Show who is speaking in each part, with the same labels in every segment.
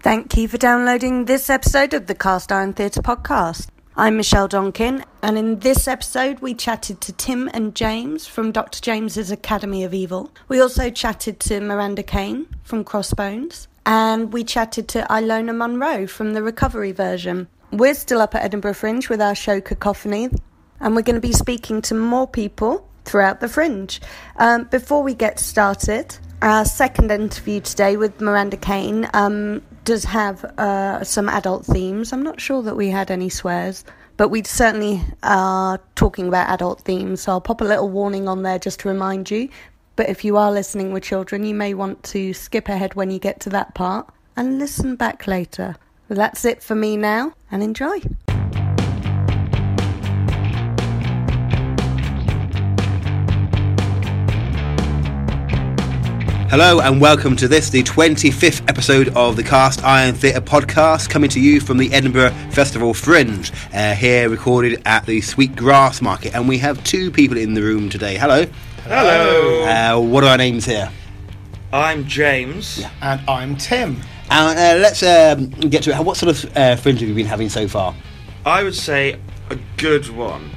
Speaker 1: Thank you for downloading this episode of the Cast Iron Theatre podcast. I'm Michelle Donkin, and in this episode, we chatted to Tim and James from Dr. James's Academy of Evil. We also chatted to Miranda Kane from Crossbones, and we chatted to Ilona Munro from the Recovery version. We're still up at Edinburgh Fringe with our show Cacophony, and we're going to be speaking to more people throughout the fringe. Um, before we get started, our second interview today with Miranda Kane um, does have uh, some adult themes. I'm not sure that we had any swears, but we certainly are talking about adult themes. So I'll pop a little warning on there just to remind you. But if you are listening with children, you may want to skip ahead when you get to that part and listen back later. Well, that's it for me now, and enjoy.
Speaker 2: Hello and welcome to this, the 25th episode of the Cast Iron Theatre podcast, coming to you from the Edinburgh Festival Fringe, uh, here recorded at the Sweet Grass Market. And we have two people in the room today. Hello.
Speaker 3: Hello.
Speaker 2: Uh, what are our names here?
Speaker 3: I'm James.
Speaker 4: And I'm Tim.
Speaker 2: And uh, let's um, get to it. What sort of uh, fringe have you been having so far?
Speaker 3: I would say a good one.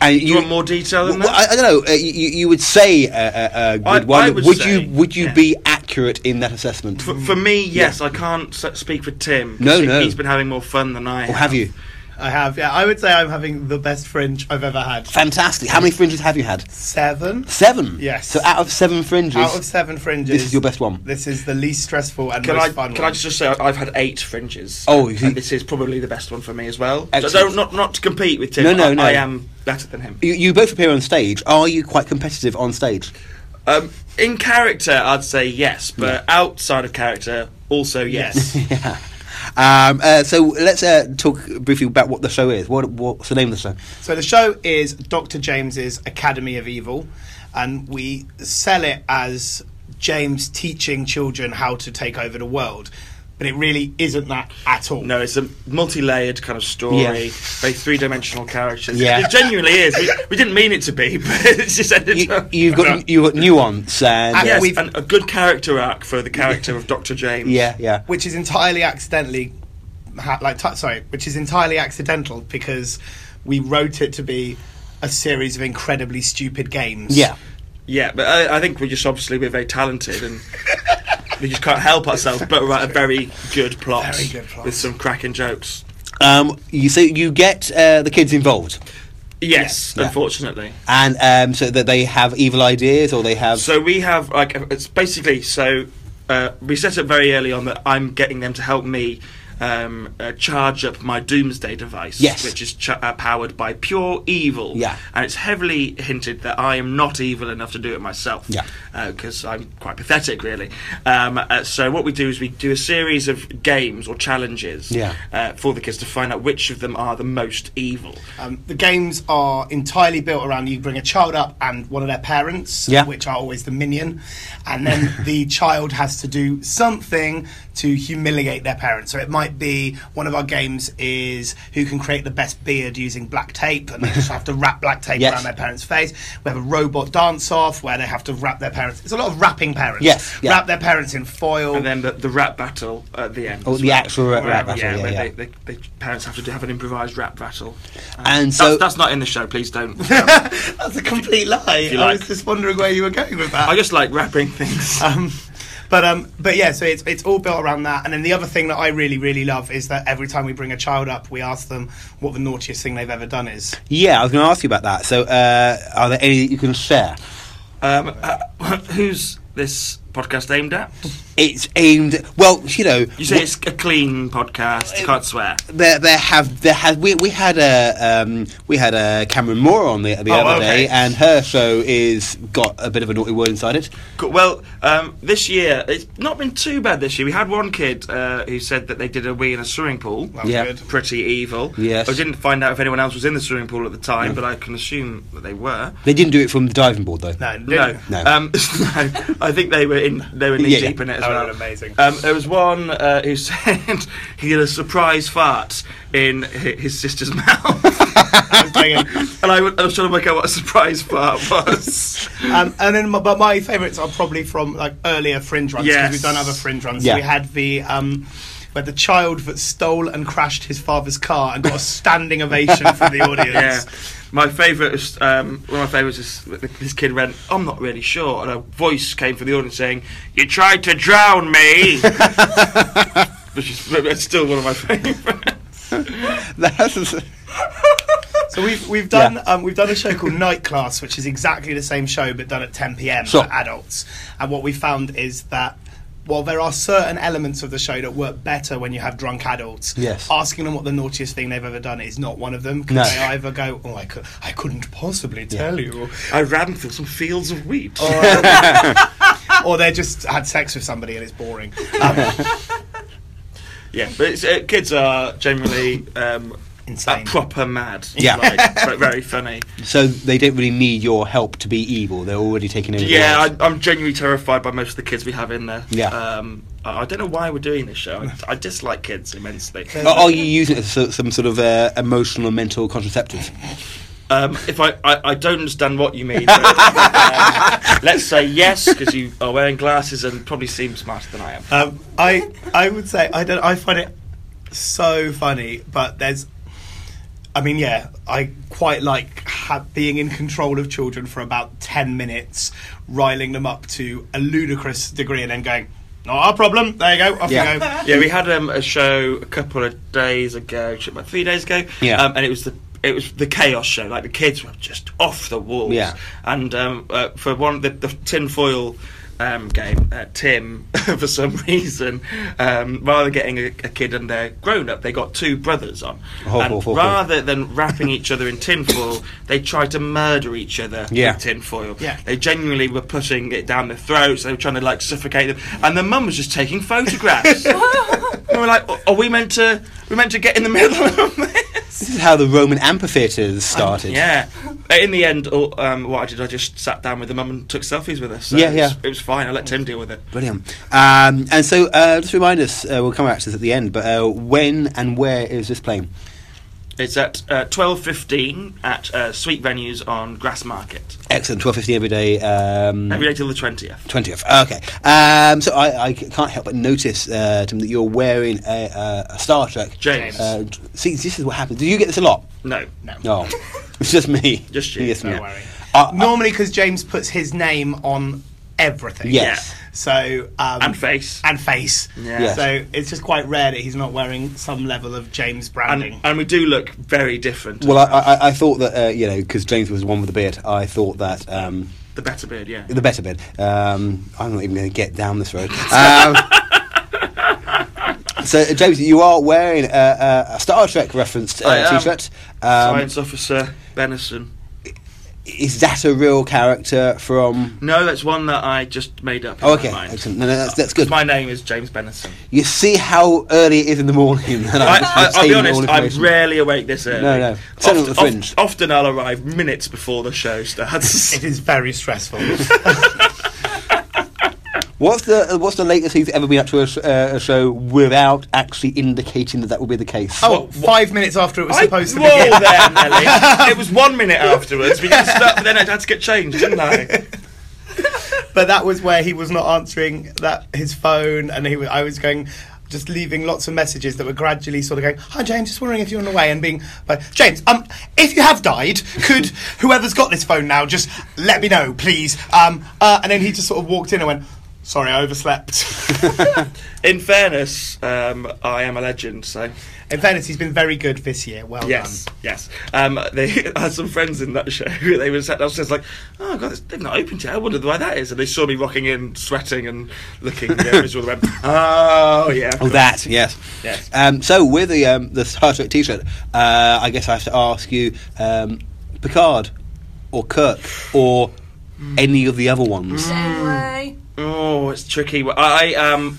Speaker 2: And
Speaker 3: Do you want more detail than
Speaker 2: Well, Uh,
Speaker 3: that?
Speaker 2: I, I don't know. Uh, you, you would say a, a, a good
Speaker 3: I-
Speaker 2: one.
Speaker 3: I would say,
Speaker 2: you would you
Speaker 3: yeah.
Speaker 2: be accurate in that assessment?
Speaker 3: for, for me, yes. I can't s- speak for Tim. 'cause
Speaker 2: No,
Speaker 3: he-
Speaker 2: no.
Speaker 3: He's been having more fun than I
Speaker 2: or have you?
Speaker 4: I have, yeah, I would say I'm having the best fringe I've ever had.
Speaker 2: Fantastic. How many fringes have you had?
Speaker 4: Seven?
Speaker 2: Seven.
Speaker 4: Yes.
Speaker 2: So out of seven fringes,
Speaker 4: Out of seven fringes.
Speaker 2: this is your best one.
Speaker 4: This is the least stressful and
Speaker 3: Can
Speaker 4: most
Speaker 3: I
Speaker 4: fun
Speaker 3: can
Speaker 4: one.
Speaker 3: I just say I- I've had eight fringes?
Speaker 2: Oh, you see-
Speaker 3: and this is probably the best one for me as well. So I
Speaker 2: Excellent.
Speaker 3: don't not not to compete with Tim.
Speaker 2: No, no,
Speaker 3: I,
Speaker 2: no.
Speaker 3: I am better than him.
Speaker 2: You, you both appear on stage. Are you quite competitive on stage?
Speaker 3: Um, in character, I'd say yes, but outside of character, also yes.
Speaker 2: Yeah. Um, uh, so let's uh, talk briefly about what the show is. What, what's the name of the show?
Speaker 4: So the show is Dr. James's Academy of Evil, and we sell it as James teaching children how to take over the world. But it really isn't that at all.
Speaker 3: No, it's a multi-layered kind of story,
Speaker 2: Yeah.
Speaker 3: very three-dimensional characters.
Speaker 2: Yeah.
Speaker 3: It genuinely is. We, we didn't mean it to be, but it's just ended
Speaker 2: You,
Speaker 3: up.
Speaker 2: you've got you've got nuance and
Speaker 4: And
Speaker 3: yes,
Speaker 4: we've-
Speaker 3: and a good character arc for the character of Doctor James.
Speaker 2: uh, yeah, yeah.
Speaker 4: which is entirely accidentally ha- like t- sorry which is entirely accidental because we wrote it to be a series of incredibly stupid games
Speaker 2: Yeah.
Speaker 3: yeah. But I, I think we're just obviously we're very talented and. We just can't help ourselves but write a very good plot,
Speaker 4: Very good plot.
Speaker 3: with some cracking jokes.
Speaker 2: Um, you so you get uh, the kids involved,
Speaker 3: Yes,
Speaker 2: Yeah.
Speaker 3: unfortunately.
Speaker 2: and um, so that they have evil ideas or they have
Speaker 3: So we have like uh, it's basically so uh, we set up very early on that I'm getting them to help me um, uh, charge up my doomsday device,
Speaker 2: Yes.
Speaker 3: which is ch- uh, powered by pure evil.
Speaker 2: Yeah.
Speaker 3: and it's heavily hinted that I am not evil enough to do it myself.
Speaker 2: Yeah.
Speaker 3: because I'm quite pathetic, really. Um, uh, so what we do is we do a series of games or challenges.
Speaker 2: Yeah.
Speaker 3: Uh, for the kids to find out which of them are the most evil.
Speaker 4: um, the games are entirely built around you bring a child up and one of their parents
Speaker 2: Yeah.
Speaker 4: which are always the minion and then the child has to do something to humiliate their parents so it might be one of our games is who can create the best beard using black tape and they just have to wrap black tape
Speaker 2: Yes.
Speaker 4: around their parents face we have a robot dance off where they have to wrap their parents it's a lot of wrapping parents
Speaker 2: Yes, yeah.
Speaker 4: wrap their parents in foil
Speaker 3: and then the, the rap battle at the end.
Speaker 2: Oh,
Speaker 3: as
Speaker 2: the
Speaker 3: well.
Speaker 2: actual rap-
Speaker 3: Where-
Speaker 2: rap battle, yeah,
Speaker 3: where
Speaker 2: yeah.
Speaker 3: They, they, they, parents have to do, have an improvised rap battle. Uh,
Speaker 2: and
Speaker 3: that's,
Speaker 2: so
Speaker 3: that's not in the show. Please don't.
Speaker 4: that's a complete lie
Speaker 3: um, you
Speaker 4: i
Speaker 3: like.
Speaker 4: was just wondering where you were going with that
Speaker 3: I just like rapping things.
Speaker 4: um, but um, but yeah, so it's it's all built around that. And then the other thing that I really really love is that every time we bring a child up, we ask them what the naughtiest thing they've ever done is.
Speaker 2: yeah, I was going to ask you about that. So uh, are there any that you can share?
Speaker 3: Um, uh, who's this podcast aimed at?
Speaker 2: It's aimed well, you know.
Speaker 3: You say it's a clean podcast. You can't swear.
Speaker 2: there, there have there have we, we had a um, we had a Cameron Moore on the the
Speaker 4: Oh,
Speaker 2: other
Speaker 4: okay.
Speaker 2: day, and her show is got a bit of a naughty word inside it.
Speaker 3: Cool. Well, um, this year it's not been too bad. This year we had one kid uh, who said that they did a wee in a swimming pool.
Speaker 4: That was
Speaker 2: Yeah.
Speaker 4: good.
Speaker 3: Pretty evil.
Speaker 2: Yes.
Speaker 3: I didn't find out if anyone else was in the swimming pool at the time, but I can assume that they were.
Speaker 2: They didn't do it from the diving board though.
Speaker 4: No,
Speaker 3: No,
Speaker 2: No.
Speaker 3: Um, no. I think they were in. They were knee
Speaker 2: Yeah, yeah.
Speaker 3: deep in it as
Speaker 4: That would've
Speaker 3: well.
Speaker 4: been amazing.
Speaker 3: Um, there was one uh, who said he had a surprise fart in hi- his sister's mouth.
Speaker 4: I'm joking.
Speaker 3: and I, would- I was trying to work out what a surprise part was.
Speaker 4: Um, and then, my, but my favourites are probably from like earlier fringe runs because
Speaker 3: Yes.
Speaker 4: we've done other fringe runs.
Speaker 2: Yeah.
Speaker 4: We had the um, where the child that stole and crashed his father's car and got a standing ovation from the audience.
Speaker 3: yeah. My favourite is um, one of my favourites is this kid went. I'm not really sure, and a voice came from the audience saying, "You tried to drown me," which is it's still one of my favourites.
Speaker 2: That's,
Speaker 4: So we've we've done
Speaker 2: Yeah.
Speaker 4: um, we've done a show called Night Class, which is exactly the same show but done at 10 p.m.
Speaker 2: Sure.
Speaker 4: for adults. And what we found is that. While there are certain elements of the show that work better when you have drunk adults,
Speaker 2: Yes.
Speaker 4: asking them what the naughtiest thing they've ever done is not one of them. 'cause
Speaker 2: No.
Speaker 4: they either go, "Oh, I, could, I couldn't possibly tell you," or,
Speaker 3: I ran through some fields of wheat.
Speaker 2: Oh,
Speaker 4: or they just had sex with somebody and it's boring. Um,
Speaker 3: Yeah, but it's, uh, kids are generally um,
Speaker 4: Insane.
Speaker 3: uh, proper mad.
Speaker 2: Yeah.
Speaker 3: like, but very funny.
Speaker 2: so they don't really need your help to be evil. They're already taking over. the
Speaker 3: Yeah,
Speaker 2: world.
Speaker 3: I, I'm genuinely terrified by most of the kids we have in there.
Speaker 2: Yeah.
Speaker 3: um, I, I don't know why we're doing this show. I, I dislike kids immensely.
Speaker 2: Or are you using it as so- some sort of uh, emotional and mental contraceptive?
Speaker 3: Um, if I, I, I don't understand what you mean. But, um, let's say yes because you are wearing glasses and probably seem smarter than I am.
Speaker 4: um, I I would say I don't. I find it so funny, but there's. I mean, yeah, I quite like ha- being in control of children for about ten minutes, riling them up to a ludicrous degree, and then going, "Not our problem." There you go. Off
Speaker 2: Yeah.
Speaker 4: you go.
Speaker 3: yeah, we had um, a show a couple of days ago, shit, about three days ago.
Speaker 2: Yeah.
Speaker 3: um, and it was the it was the chaos show. Like the kids were just off the walls.
Speaker 2: Yeah.
Speaker 3: and um, uh, for one the, the tinfoil. Um, game uh, Tim for some reason um, rather than getting a, a kid and their grown up they got two brothers on
Speaker 2: Ho, ho,
Speaker 3: and
Speaker 2: ho, ho.
Speaker 3: rather than wrapping each other in tinfoil they tried to murder each other
Speaker 2: Yeah.
Speaker 3: with tinfoil
Speaker 4: Yeah.
Speaker 3: they genuinely were pushing it down their throats they were trying to like suffocate them and the mum was just taking photographs and we're like, are we meant to? We meant to get in the middle of this?
Speaker 2: This is how the Roman amphitheatres started.
Speaker 3: Yeah. In the end, all- um, what I did, I just sat down with the mum and took selfies with us. So
Speaker 2: Yeah,
Speaker 3: it was,
Speaker 2: yeah.
Speaker 3: It was fine. I let Tim deal with it.
Speaker 2: Brilliant. Um, and so, uh, just remind us, uh, we'll come back to this at the end, but uh, when and where is this playing?
Speaker 3: It's at uh, twelve fifteen at uh, Sweet Venues on Grass Market
Speaker 2: Excellent, 12.50 every day. Um,
Speaker 3: every day till the twentieth.
Speaker 2: 20th. Okay. Um, so I, I c- can't help but notice, uh, Tim, that you're wearing a, uh, a Star Trek.
Speaker 3: James,
Speaker 2: Uh, d- see, this is what happens. Do you get this a lot?
Speaker 3: no,
Speaker 4: No.
Speaker 2: No. it's just me.
Speaker 3: Just you,
Speaker 2: Yes,
Speaker 3: don't
Speaker 2: me.
Speaker 4: worry.
Speaker 2: Uh, uh,
Speaker 4: Normally, because James puts his name on everything.
Speaker 2: yes.
Speaker 4: So um,
Speaker 3: and face,
Speaker 4: and face.
Speaker 3: Yeah. Yes.
Speaker 4: So it's just quite rare that he's not wearing some level of James branding.
Speaker 3: and, uh, and we do look very different.
Speaker 2: Well, I, I, I thought that, uh, you know, because James was the one with the beard, I thought that... Um,
Speaker 3: the better beard, yeah.
Speaker 2: the better bit. Um, I'm not even going to get down this road. Um, so, uh, James, you are wearing a, a, a Star Trek referenced
Speaker 3: I
Speaker 2: uh,
Speaker 3: am.
Speaker 2: t-shirt. Um,
Speaker 3: Science officer Benison.
Speaker 2: is that a real character from?
Speaker 3: No, that's one that I just made up. In
Speaker 2: Oh, okay,
Speaker 3: my mind.
Speaker 2: excellent. No, no, that's, that's good.
Speaker 3: My name is James Benison.
Speaker 2: You see how early it is in the morning, and I'm just
Speaker 3: I, I, I'll be
Speaker 2: obtaining all
Speaker 3: honest, I'm
Speaker 2: information.
Speaker 3: rarely awake this early.
Speaker 2: No, no. Same with the
Speaker 3: Oft-
Speaker 2: fringe.
Speaker 3: oft- often I'll arrive minutes before the show starts.
Speaker 4: it is very stressful.
Speaker 2: What's the uh, What's the latest he's ever been up to a, sh- uh, a show without actually indicating that that will be the case?
Speaker 4: oh, five minutes after it was
Speaker 3: I-
Speaker 4: supposed to
Speaker 3: Whoa
Speaker 4: begin.
Speaker 3: there, Nelly. it was one minute afterwards. We didn't start, but then I had to get changed, didn't I?
Speaker 4: but that was where he was not answering that his phone, and he wa- I was going. Just leaving lots of messages that were gradually sort of going, Hi James, just wondering if you're on the way and being like, James, um, if you have died, could whoever's got this phone now just let me know, please? Um, uh, and then he just sort of walked in and went, Sorry, I overslept.
Speaker 3: In fairness, um, I am a legend, so.
Speaker 4: In fairness, he's been very good this year. Well
Speaker 3: Yes,
Speaker 4: done.
Speaker 3: yes. Um, they I had some friends in that show. They were sat downstairs like, oh god, they've not opened yet. I wondered why that is. And they saw me rocking in, sweating and looking uh, miserable. They went, oh yeah.
Speaker 2: Oh, that yes.
Speaker 3: Yes.
Speaker 2: Um, so with the um, the Star Trek T-shirt, uh, I guess I have to ask you, um, Picard, or Kirk, or
Speaker 3: Mm.
Speaker 2: any of the other ones.
Speaker 5: Anyway,
Speaker 3: Oh, it's tricky. Well, I um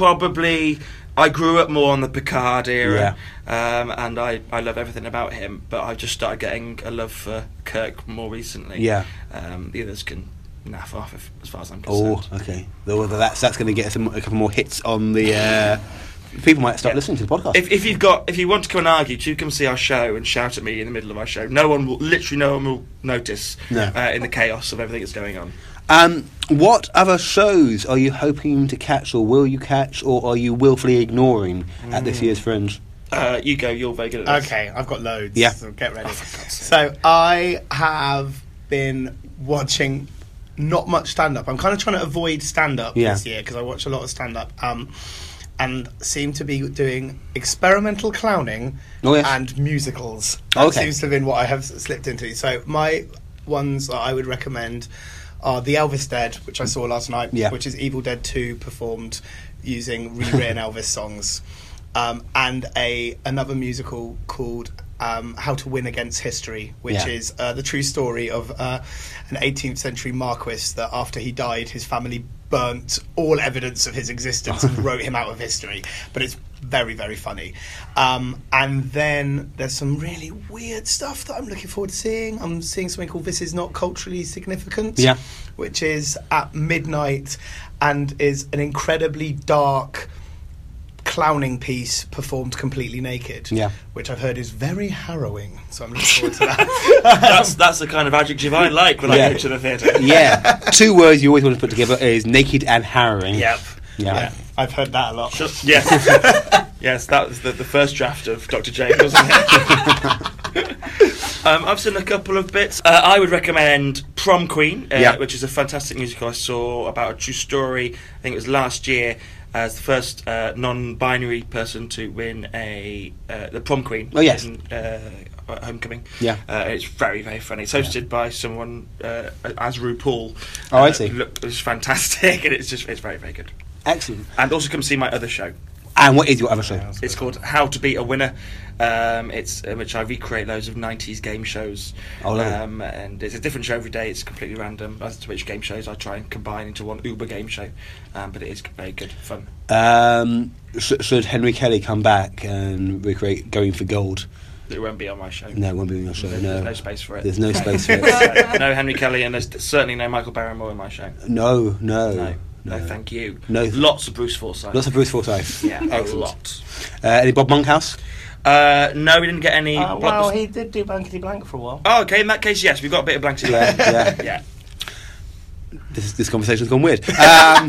Speaker 3: probably I grew up more on the Picard era, um, and I, I love everything about him. But I've just started getting a love for Kirk more recently.
Speaker 2: Yeah.
Speaker 3: Um, the others can naff off if, as far as I'm
Speaker 2: Oh,
Speaker 3: concerned.
Speaker 2: okay. Though whether that's that's going to get us a, m- a couple more hits on the uh, people might start listening to the podcast.
Speaker 3: If, if you've got if you want to come and argue, do come see our show and shout at me in the middle of our show. No one will literally no one will notice
Speaker 2: No.
Speaker 3: uh, in the chaos of everything that's going on.
Speaker 2: um, what other shows are you hoping to catch, or will you catch, or are you willfully ignoring at this year's Fringe?
Speaker 3: Uh, you go. You're very good at this.
Speaker 4: Okay, I've got loads.
Speaker 2: Yeah.
Speaker 4: So get ready.
Speaker 3: Oh, for God's sake.
Speaker 4: so I have been watching not much stand up. I'm kind of trying to avoid stand up
Speaker 2: Yeah.
Speaker 4: this year because I watch a lot of stand up. Um, and seem to be doing experimental clowning
Speaker 2: Oh, yes.
Speaker 4: and musicals.
Speaker 2: Okay.
Speaker 4: That seems to have been what I have s- slipped into. So my ones that I would recommend are The Elvis Dead, which I saw last night,
Speaker 2: Yeah.
Speaker 4: which is Evil Dead 2 performed using rewritten Elvis songs, um, and a another musical called um, How to Win Against History, which
Speaker 2: Yeah.
Speaker 4: is uh, the true story of uh, an 18th century marquis that after he died, his family burnt all evidence of his existence and wrote him out of history. But it's very, very funny. Um, and then there's some really weird stuff that I'm looking forward to seeing. I'm seeing something called This Is Not Culturally Significant
Speaker 2: Yeah.
Speaker 4: which is at midnight and is an incredibly dark clowning piece performed completely naked.
Speaker 2: Yeah.
Speaker 4: Which I've heard is very harrowing. So I'm looking forward to that.
Speaker 3: That's that's the kind of adjective I like when
Speaker 2: Yeah.
Speaker 3: I go to the theatre.
Speaker 2: yeah, two words you always want to put together is naked and harrowing.
Speaker 4: yep.
Speaker 2: Yeah.
Speaker 4: I've heard that a lot. Uh,
Speaker 3: Just- yes. yes, that was the, the first draft of Dr. J, wasn't it? um, I've seen a couple of bits. Uh, I would recommend Prom Queen, uh,
Speaker 2: Yeah.
Speaker 3: which is a fantastic musical I saw about a true story. I think it was last year as the first uh, non-binary person to win a uh, the Prom Queen.
Speaker 2: Oh, yes.
Speaker 3: in, uh, at Homecoming.
Speaker 2: Yeah.
Speaker 3: uh, it's very very funny. It's hosted by someone uh, as RuPaul.
Speaker 2: Oh, I
Speaker 3: Uh,
Speaker 2: see.
Speaker 3: Look, it's fantastic, and it's just it's very very good.
Speaker 2: Excellent.
Speaker 3: And also come see my other show.
Speaker 2: And what is your other show?
Speaker 3: It's called How to Be a Winner. Um, it's in which I recreate loads of '90s game shows,
Speaker 2: Oh, lovely.
Speaker 3: um, and it's a different show every day. It's completely random as to which game shows I try and combine into one Uber game show, um, but it is very good fun.
Speaker 2: Um, sh- should Henry Kelly come back and recreate Going for Gold?
Speaker 3: It won't be on my show.
Speaker 2: No, it won't be on your show.
Speaker 3: There's
Speaker 2: no.
Speaker 3: no space for it.
Speaker 2: There's no space for
Speaker 3: So,
Speaker 2: it.
Speaker 3: no Henry Kelly, and there's certainly no Michael Barrymore in my show.
Speaker 2: No, no,
Speaker 3: No, no, thank you.
Speaker 2: No.
Speaker 3: lots of Bruce Forsyth.
Speaker 2: Lots of Bruce Forsyth.
Speaker 3: yeah, a
Speaker 2: Excellent.
Speaker 3: lot.
Speaker 2: Uh, any Bob Monkhouse?
Speaker 3: Uh, no, we didn't get any.
Speaker 4: Uh,
Speaker 3: blockbusters.
Speaker 4: well, he did do Blankety Blank for a while.
Speaker 3: oh, okay. In that case, yes, we've got a bit of blank.
Speaker 2: Yeah, yeah.
Speaker 3: yeah.
Speaker 2: This, this conversation's gone weird. Um,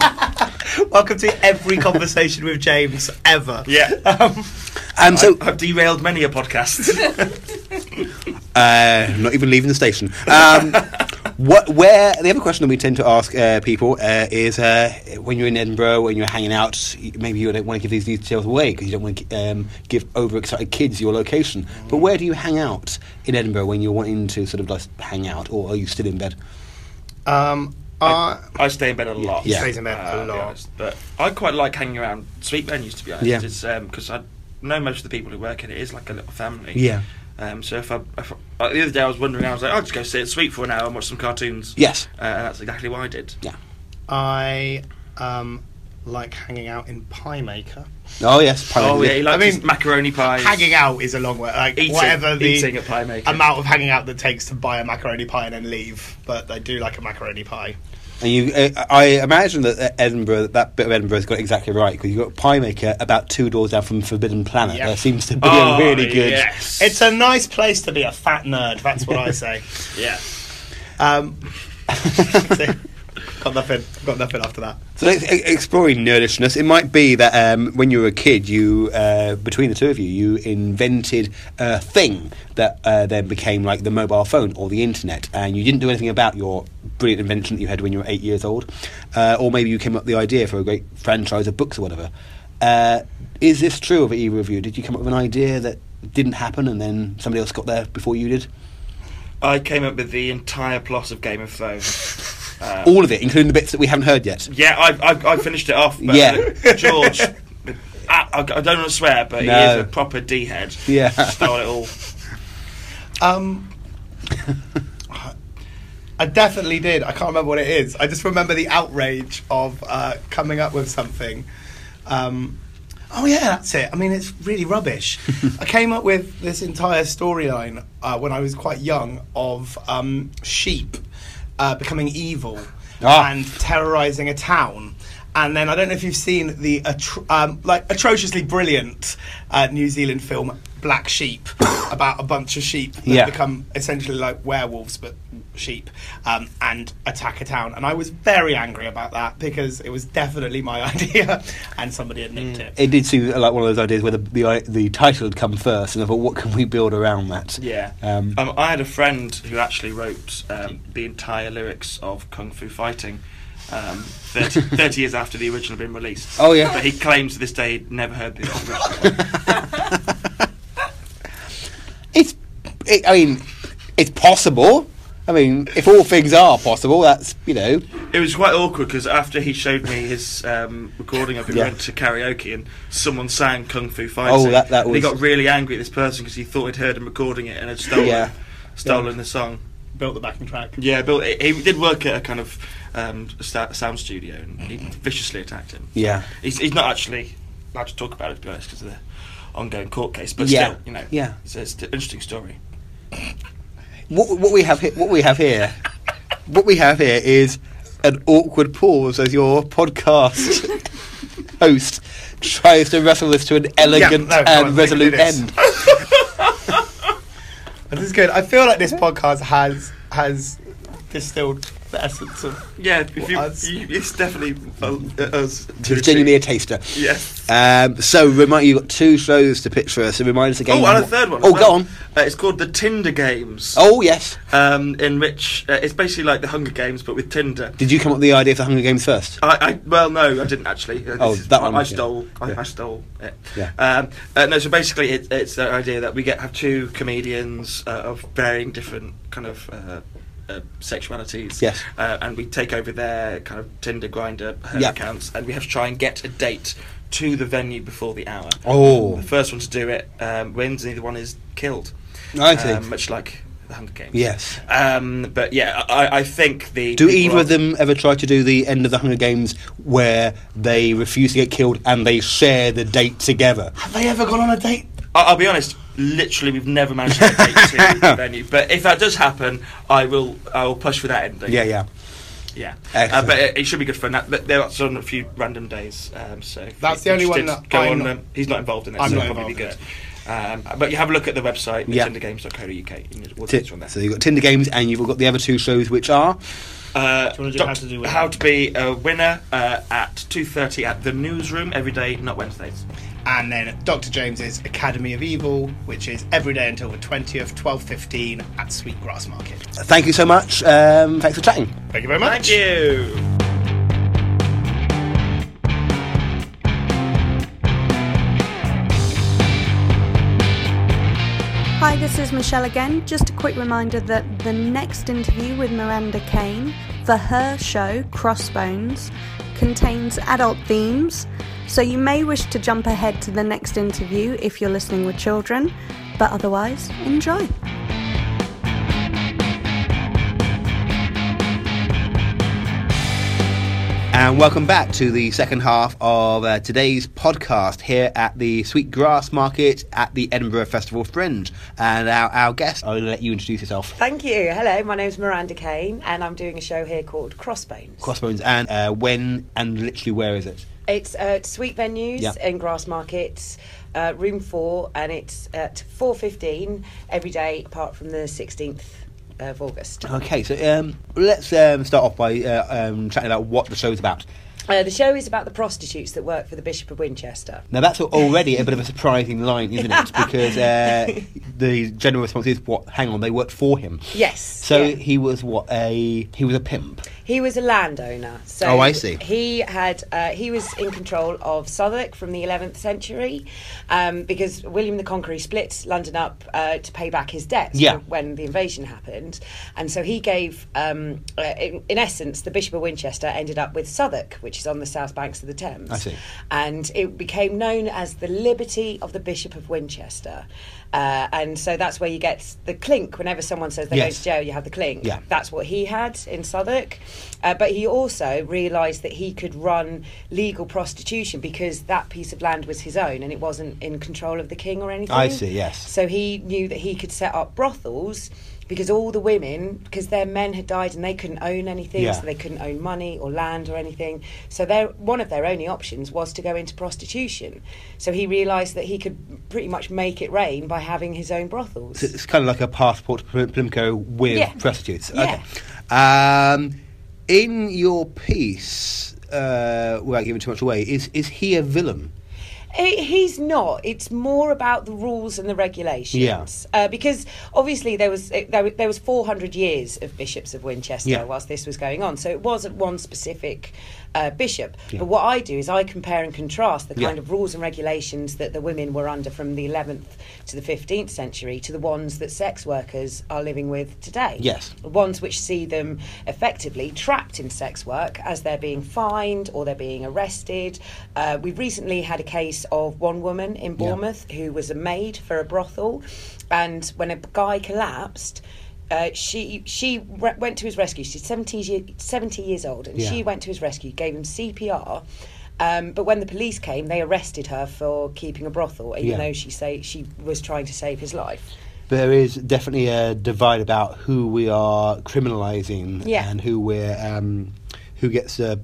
Speaker 4: Welcome to every conversation with James ever.
Speaker 3: Yeah.
Speaker 2: um, so,
Speaker 3: I've derailed many a podcast.
Speaker 2: uh, not even leaving the station. Um, what, where the other question that we tend to ask uh, people uh, is uh, when you're in Edinburgh, when you're hanging out, y- maybe you don't want to give these details away because you don't want to um, give overexcited kids your location. But where do you hang out in Edinburgh when you're wanting to sort of like hang out, or are you still in bed?
Speaker 4: Um, I,
Speaker 3: I stay in bed a lot.
Speaker 2: Yeah.
Speaker 4: Stays in bed a
Speaker 3: I'll be
Speaker 4: lot.
Speaker 3: honest. But I quite like hanging around sweet venues, to be honest.
Speaker 2: Yeah.
Speaker 3: It's because I know most of the people who work in it is like a little family.
Speaker 2: Yeah.
Speaker 3: Um, so if I, if I like the other day I was wondering, I was like, I'll just go sit at Sweet for an hour and watch some cartoons.
Speaker 2: Yes.
Speaker 3: Uh, and that's exactly what I did.
Speaker 2: Yeah.
Speaker 4: I um, like hanging out in Pie Maker.
Speaker 2: Oh yes. Pie
Speaker 3: Oh
Speaker 2: Maker.
Speaker 3: yeah, he likes
Speaker 4: I
Speaker 3: his
Speaker 4: mean,
Speaker 3: macaroni pies.
Speaker 4: Hanging out is a long word. Like
Speaker 3: Eating,
Speaker 4: whatever the
Speaker 3: eating at Pie Maker.
Speaker 4: amount of hanging out that takes to buy a macaroni pie and then leave, but I do like a macaroni pie.
Speaker 2: And you, uh, I imagine that uh, Edinburgh, that bit of Edinburgh's got it exactly right because you've got Pie Maker about two doors down from Forbidden Planet.
Speaker 4: Yeah.
Speaker 2: There seems to be
Speaker 3: Oh,
Speaker 2: a really good.
Speaker 3: Yes.
Speaker 4: It's a nice place to be a fat nerd. That's what I say.
Speaker 3: yeah.
Speaker 4: Um, got nothing. Got nothing after that.
Speaker 2: So let's e- exploring nerdishness. It might be that um, when you were a kid, you uh, between the two of you, you invented a thing that uh, then became like the mobile phone or the internet, and you didn't do anything about your brilliant invention that you had when you were eight years old, uh, or maybe you came up with the idea for a great franchise of books or whatever. Uh, is this true of either of you? Did you come up with an idea that didn't happen, and then somebody else got there before you did?
Speaker 3: I came up with the entire plot of Game of Thrones. Um,
Speaker 2: All of it, including the bits that we haven't heard yet.
Speaker 3: Yeah, I, I, I finished it off. But
Speaker 2: Yeah.
Speaker 3: uh, George. I, I don't want to swear, but he
Speaker 2: No.
Speaker 3: is a proper D head.
Speaker 2: Yeah.
Speaker 3: Stole it all.
Speaker 4: Um, I definitely did. I can't remember what it is. I just remember the outrage of uh, coming up with something. Um, oh yeah, that's it. I mean, it's really rubbish. I came up with this entire storyline uh, when I was quite young of um, sheep uh, becoming evil
Speaker 2: Ah.
Speaker 4: and terrorizing a town. And then I don't know if you've seen the atro- um, like atrociously brilliant uh, New Zealand film Black Sheep about a bunch of sheep that
Speaker 2: Yeah.
Speaker 4: become essentially like werewolves but sheep um, and attack a town. And I was very angry about that because it was definitely my idea and somebody had nicked it.
Speaker 2: Mm. It did seem like one of those ideas where the the, i- the title had come first, and I thought, what can we build around that?
Speaker 4: Yeah.
Speaker 2: Um,
Speaker 3: Um, I had a friend who actually wrote um, the entire lyrics of Kung Fu Fighting um, 30, 30 years after the original had been released.
Speaker 2: Oh, yeah.
Speaker 3: But he claims to this day he'd never heard the original one.
Speaker 2: it's, it, I mean, it's possible. I mean, if all things are possible, that's you know,
Speaker 3: It was quite awkward because after he showed me his um, recording of it,
Speaker 2: Yeah.
Speaker 3: we went to karaoke and someone sang Kung Fu Fighting.
Speaker 2: Oh, that- that
Speaker 3: and
Speaker 2: was-
Speaker 3: He got really angry at this person because he thought he'd heard him recording it and had stolen,
Speaker 2: Yeah.
Speaker 3: stolen the song.
Speaker 4: Built the backing track.
Speaker 3: Yeah, Bill, he, he did work at a kind of um, sta- sound studio and he viciously attacked him.
Speaker 2: yeah,
Speaker 3: He's, he's not actually allowed to talk about it, to be honest, because of the ongoing court case. But
Speaker 2: Yeah.
Speaker 3: still, you know,
Speaker 2: Yeah.
Speaker 3: it's, it's an interesting story.
Speaker 2: what, what we have he- what we have here, what we have here is an awkward pause as your podcast host tries to wrestle this to an elegant
Speaker 4: no, come on, we can
Speaker 2: and
Speaker 4: do
Speaker 2: resolute
Speaker 4: this.
Speaker 2: end.
Speaker 4: This is good. I feel like this podcast has has distilled the essence of
Speaker 3: Yeah, if you,
Speaker 4: Well, us-
Speaker 3: you, it's definitely uh, uh, us.
Speaker 2: It's genuinely a taster.
Speaker 3: Yes.
Speaker 2: Um, so remind you, have got two shows to pitch for us. So remind us again.
Speaker 3: Oh, and a
Speaker 2: what-
Speaker 3: third one. as
Speaker 2: Oh,
Speaker 3: well.
Speaker 2: go on.
Speaker 3: Uh, it's called the Tinder Games.
Speaker 2: Oh, yes.
Speaker 3: Um, in which uh, it's basically like the Hunger Games, but with Tinder.
Speaker 2: Did you come up with the idea for Hunger Games first?
Speaker 3: I, I well no I didn't actually. Uh,
Speaker 2: Oh,
Speaker 3: this is-
Speaker 2: that
Speaker 3: I,
Speaker 2: one,
Speaker 3: I
Speaker 2: yeah.
Speaker 3: stole. I,
Speaker 2: Yeah.
Speaker 3: I stole it.
Speaker 2: Yeah.
Speaker 3: Um, uh, no, so basically it, it's the idea that we get have two comedians uh, of varying different kind of. Uh, uh, sexualities,
Speaker 2: Yes.
Speaker 3: uh, and we take over their kind of Tinder grinder her
Speaker 2: Yeah.
Speaker 3: accounts, and we have to try and get a date to the venue before the hour.
Speaker 2: Oh.
Speaker 3: the first one to do it um, wins, and either one is killed.
Speaker 2: I see.
Speaker 3: Um, much like the Hunger Games.
Speaker 2: Yes.
Speaker 3: um, but yeah, I, I think the
Speaker 2: Do either
Speaker 3: people are-
Speaker 2: of them ever try to do the end of the Hunger Games where they refuse to get killed and they share the date together?
Speaker 4: Have they ever gone on a date?
Speaker 3: I- I'll be honest. Literally, we've never managed to get a date to the venue. But if that does happen, I will. I will push for that ending.
Speaker 2: Yeah, yeah.
Speaker 3: yeah. Uh,
Speaker 2: Excellent.
Speaker 3: but it, it should be good fun. That, but they're also on a few random days. Um, so if
Speaker 4: That's
Speaker 3: you're
Speaker 4: the only one
Speaker 3: interested,
Speaker 4: that
Speaker 3: go
Speaker 4: I'm
Speaker 3: on
Speaker 4: not-
Speaker 3: them. He's not involved in it.
Speaker 4: I'm
Speaker 3: so
Speaker 4: not
Speaker 3: it'll probably be
Speaker 4: involved
Speaker 3: good. Um, but you have a look at the website,
Speaker 2: Yeah.
Speaker 3: tindergames.co.uk. and We'll
Speaker 2: Ti-
Speaker 3: touch on that.
Speaker 2: So you've got Tinder Games and you've got the other two shows which are.
Speaker 3: Uh,
Speaker 4: Do you wanna do
Speaker 3: doc-
Speaker 4: how to do winner?
Speaker 3: how to be a winner uh, at two thirty at the newsroom every day, not Wednesdays.
Speaker 4: And then Dr. James's Academy of Evil, which is every day until the 20th, 12.15 at Sweet Grass Market.
Speaker 2: Thank you so much. Um, thanks for chatting.
Speaker 4: Thank you very much.
Speaker 3: Thank you.
Speaker 1: Hi, this is Michelle again. Just a quick reminder that the next interview with Miranda Kane for her show, Crossbones, contains adult themes, so you may wish to jump ahead to the next interview if you're listening with children, but otherwise, enjoy.
Speaker 2: And welcome back to the second half of uh, today's podcast here at the Sweet Grass Market at the Edinburgh Festival Fringe. And our, our guest, I'll let you introduce yourself.
Speaker 5: Thank you. Hello, my name's Miranda Kane, and I'm doing a show here called Crossbones.
Speaker 2: Crossbones and uh, when and literally where is it?
Speaker 5: it's at Sweet Venues
Speaker 2: Yeah.
Speaker 5: in Grass Market, uh, room four, and it's at four fifteen every day, apart from the sixteenth of August.
Speaker 2: Okay, so um, let's um, start off by uh, um, chatting about what the show's about.
Speaker 5: Uh, the show is about the prostitutes that work for the Bishop of Winchester.
Speaker 2: Now that's already a bit of a surprising line, isn't it? Because uh, the general response is, "What? Hang on, they worked for him."
Speaker 5: Yes.
Speaker 2: So
Speaker 5: yeah.
Speaker 2: he was what a he was a pimp.
Speaker 5: He was a landowner. So
Speaker 2: Oh, I see.
Speaker 5: He had uh, he was in control of Southwark from the 11th century, um, because William the Conqueror split London up uh, to pay back his debts
Speaker 2: Yeah.
Speaker 5: for when the invasion happened, and so he gave, um, uh, in, in essence, the Bishop of Winchester ended up with Southwark, which is on the south banks of the Thames.
Speaker 2: I see.
Speaker 5: And it became known as the Liberty of the Bishop of Winchester. Uh, and so that's where you get the clink. Whenever someone says they're going
Speaker 2: Yes.
Speaker 5: to jail, you have the clink.
Speaker 2: Yeah.
Speaker 5: That's what he had in Southwark. Uh, but he also realised that he could run legal prostitution because that piece of land was his own and it wasn't in control of the king or anything.
Speaker 2: I see, yes.
Speaker 5: So he knew that he could set up brothels because all the women, because their men had died and they couldn't own anything,
Speaker 2: Yeah.
Speaker 5: so they couldn't own money or land or anything. So their one of their only options was to go into prostitution. So he realised that he could pretty much make it rain by having his own brothels.
Speaker 2: So it's kind of like a passport to Plim- Plimco with
Speaker 5: Yeah.
Speaker 2: prostitutes.
Speaker 5: Yeah.
Speaker 2: Okay. Um, in your piece, uh, without giving too much away, is is he a villain?
Speaker 5: He- He's not. It's more about the rules and the regulations. Uh, because obviously there was eh, there, wa- there was 400 years of bishops of Winchester
Speaker 2: Yeah.
Speaker 5: whilst this was going on. So it wasn't one specific uh, bishop.
Speaker 2: Yeah.
Speaker 5: But what I do is I compare and contrast the kind
Speaker 2: Yeah.
Speaker 5: of rules and regulations that the women were under from the 11th to the 15th century to the ones that sex workers are living with today.
Speaker 2: Yes.
Speaker 5: The ones which see them effectively trapped in sex work as they're being fined or they're being arrested. Uh, we've recently had a case of one woman in Bournemouth who was a maid for a brothel, and when a guy collapsed, uh, she she re- went to his rescue. She's 70, year, 70 years old, and
Speaker 2: Yeah.
Speaker 5: she went to his rescue, gave him CPR. Um, but when the police came, they arrested her for keeping a brothel, even
Speaker 2: Yeah.
Speaker 5: though she say she was trying to save his life.
Speaker 2: There is definitely a divide about who we are criminalising
Speaker 5: Yeah.
Speaker 2: and who we're um, who gets uh,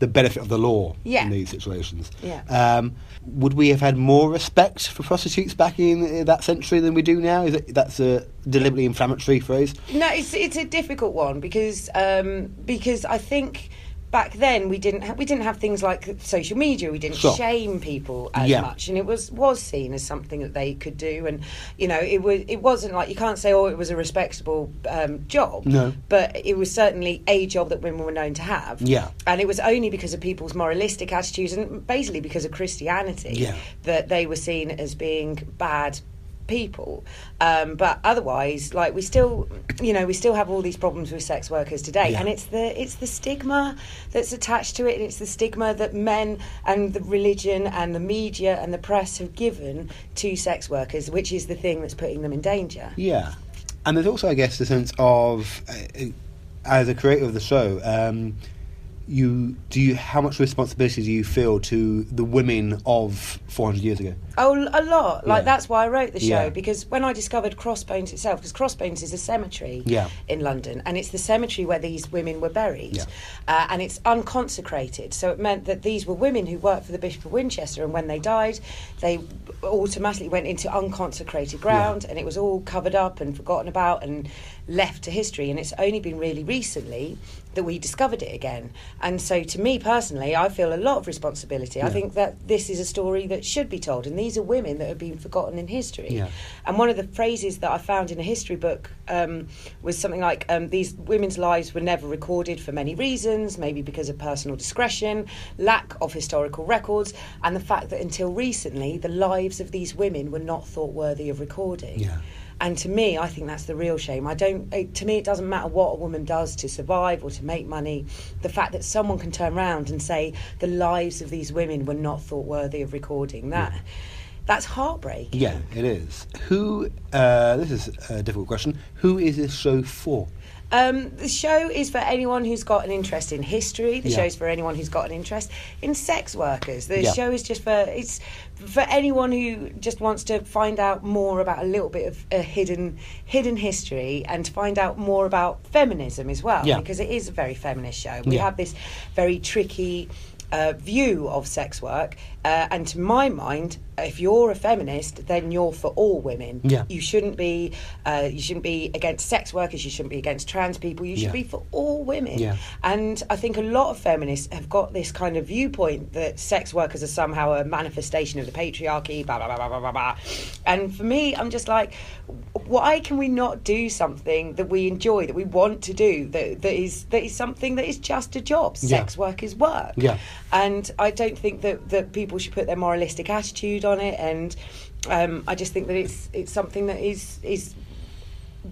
Speaker 2: the benefit of the law
Speaker 5: Yeah.
Speaker 2: in these situations.
Speaker 5: Yeah.
Speaker 2: Um, would we have had more respect for prostitutes back in uh, that century than we do now? Is it, that's a deliberately inflammatory phrase.
Speaker 5: No, it's it's a difficult one because um, because I think back then we didn't ha- we didn't have things like social media. We didn't
Speaker 2: Sure.
Speaker 5: shame people as
Speaker 2: Yeah.
Speaker 5: much, and it was was seen as something that they could do. And you know, it was it wasn't like you can't say oh it was a respectable um, job.
Speaker 2: No.
Speaker 5: but it was certainly a job that women were known to have.
Speaker 2: Yeah.
Speaker 5: and it was only because of people's moralistic attitudes and basically because of Christianity
Speaker 2: Yeah.
Speaker 5: that they were seen as being bad people um, but otherwise like we still you know we still have all these problems with sex workers today
Speaker 2: Yeah.
Speaker 5: and it's the it's the stigma that's attached to it and it's the stigma that men and the religion and the media and the press have given to sex workers which is the thing that's putting them in danger
Speaker 2: Yeah, and there's also, I guess, the sense of uh, uh, as a creator of the show, um, you do you how much responsibility do you feel to the women of 400 years ago?
Speaker 5: Oh, a lot. Like
Speaker 2: Yeah.
Speaker 5: that's why I wrote the show
Speaker 2: Yeah.
Speaker 5: because when I discovered Crossbones itself, because Crossbones is a cemetery
Speaker 2: Yeah.
Speaker 5: in London, and it's the cemetery where these women were buried,
Speaker 2: Yeah.
Speaker 5: uh, and it's unconsecrated. So it meant that these were women who worked for the Bishop of Winchester, and when they died, they automatically went into unconsecrated ground, and it was all covered up and forgotten about and left to history. And it's only been really recently that we discovered it again. And so, to me personally, I feel a lot of responsibility. I think that this is a story that should be told, and these are women that have been forgotten in history.
Speaker 2: Yeah.
Speaker 5: And one of the phrases that I found in a history book um, was something like, um, "These women's lives were never recorded for many reasons, maybe because of personal discretion, lack of historical records, and the fact that until recently, the lives of these women were not thought worthy of recording."
Speaker 2: Yeah.
Speaker 5: And to me, I think that's the real shame. I don't. It, to me, it doesn't matter what a woman does to survive or to make money. The fact that someone can turn around and say the lives of these women were not thought worthy of recording that. That's heartbreak.
Speaker 2: Yeah, it is. Who? Uh, this is a difficult question. Who is this show for?
Speaker 5: Um, the show is for anyone who's got an interest in history. The
Speaker 2: Yeah.
Speaker 5: show's for anyone who's got an interest in sex workers. The
Speaker 2: Yeah.
Speaker 5: show is just for it's for anyone who just wants to find out more about a little bit of a hidden hidden history and to find out more about feminism as well.
Speaker 2: Yeah.
Speaker 5: Because it is a very feminist show. We
Speaker 2: Yeah.
Speaker 5: have this very tricky. Uh, view of sex work, uh, and to my mind, if you're a feminist, then you're for all women.
Speaker 2: Yeah.
Speaker 5: You shouldn't be uh, you shouldn't be against sex workers you shouldn't be against trans people you should
Speaker 2: Yeah.
Speaker 5: be for all women
Speaker 2: Yeah.
Speaker 5: and i think a lot of feminists have got this kind of viewpoint that sex workers are somehow a manifestation of the patriarchy blah blah blah blah blah blah, blah. and for me i'm just like why can we not do something that we enjoy that we want to do that, that is that is something that is just a job
Speaker 2: Yeah.
Speaker 5: sex work is work
Speaker 2: Yeah.
Speaker 5: and I don't think that, that people should put their moralistic attitude on it. And um, I just think that it's it's something that is is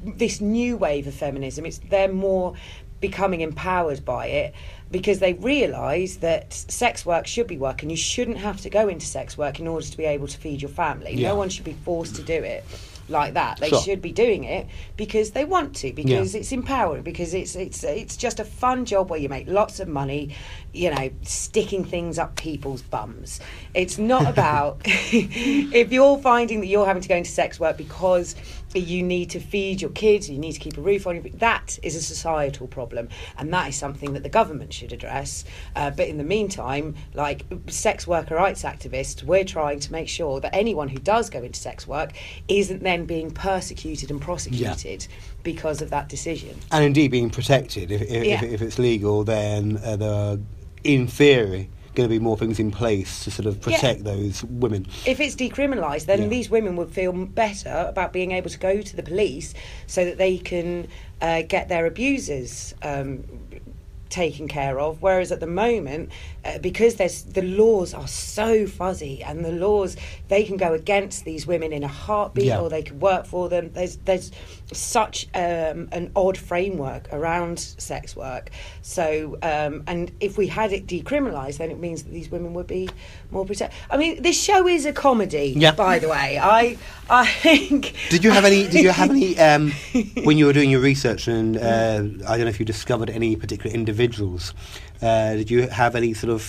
Speaker 5: this new wave of feminism. It's they're more becoming empowered by it because they realise that sex work should be work, and you shouldn't have to go into sex work in order to be able to feed your family.
Speaker 2: Yeah.
Speaker 5: No one should be forced to do it. like that. They
Speaker 2: Sure.
Speaker 5: should be doing it because they want to, because it's empowering, because it's it's it's just a fun job where you make lots of money, you know, sticking things up people's bums. It's not about if you're finding that you're having to go into sex work because you need to feed your kids, you need to keep a roof on your. That is a societal problem, and that is something that the government should address. Uh, but in the meantime, like sex worker rights activists, we're trying to make sure that anyone who does go into sex work isn't then being persecuted and prosecuted because of that decision.
Speaker 2: and indeed being protected. If, if,
Speaker 5: Yeah.
Speaker 2: if, if it's legal, then uh, there are, in theory, going to be more things in place to sort of
Speaker 5: Yeah.
Speaker 2: protect those women.
Speaker 5: if it's decriminalised, then
Speaker 2: Yeah.
Speaker 5: these women would feel better about being able to go to the police so that they can uh, get their abusers um, taken care of. Whereas at the moment, uh, because there's the laws are so fuzzy and the laws they can go against these women in a heartbeat,
Speaker 2: Yeah.
Speaker 5: or they could work for them. There's there's such um, an odd framework around sex work. So um, and if we had it decriminalised, then it means that these women would be more protected. I mean, this show is a comedy,
Speaker 2: Yeah.
Speaker 5: by the way. I I think.
Speaker 2: Did you have any? Did you have any? Um, when you were doing your research, and uh, I don't know if you discovered any particular individuals. Uh, did you have any sort of,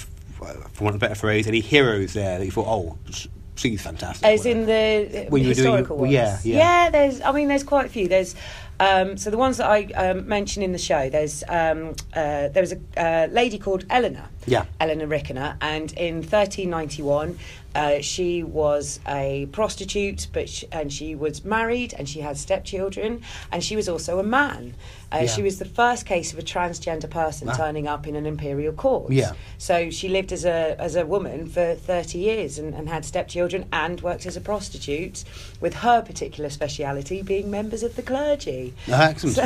Speaker 2: for want of a better phrase, any heroes there that you thought, oh, sh- she's fantastic?
Speaker 5: As in the uh,
Speaker 2: When you were doing your-
Speaker 5: historical ones.
Speaker 2: yeah, yeah.
Speaker 5: there's. I mean, there's quite a few. There's. Um, so the ones that I um, mentioned in the show, there's um, uh, there was a uh, lady called Eleanor.
Speaker 2: Yeah.
Speaker 5: Eleanor Rickener, and in 1391, uh, she was a prostitute, but sh and she was married, and she had stepchildren, and she was also a man. Uh,
Speaker 2: Yeah.
Speaker 5: She was the first case of a transgender person
Speaker 2: Wow.
Speaker 5: turning up in an imperial court.
Speaker 2: Yeah.
Speaker 5: So she lived as a as a woman for 30 years and, and had stepchildren and worked as a prostitute, with her particular speciality being members of the clergy.
Speaker 2: Ah, excellent.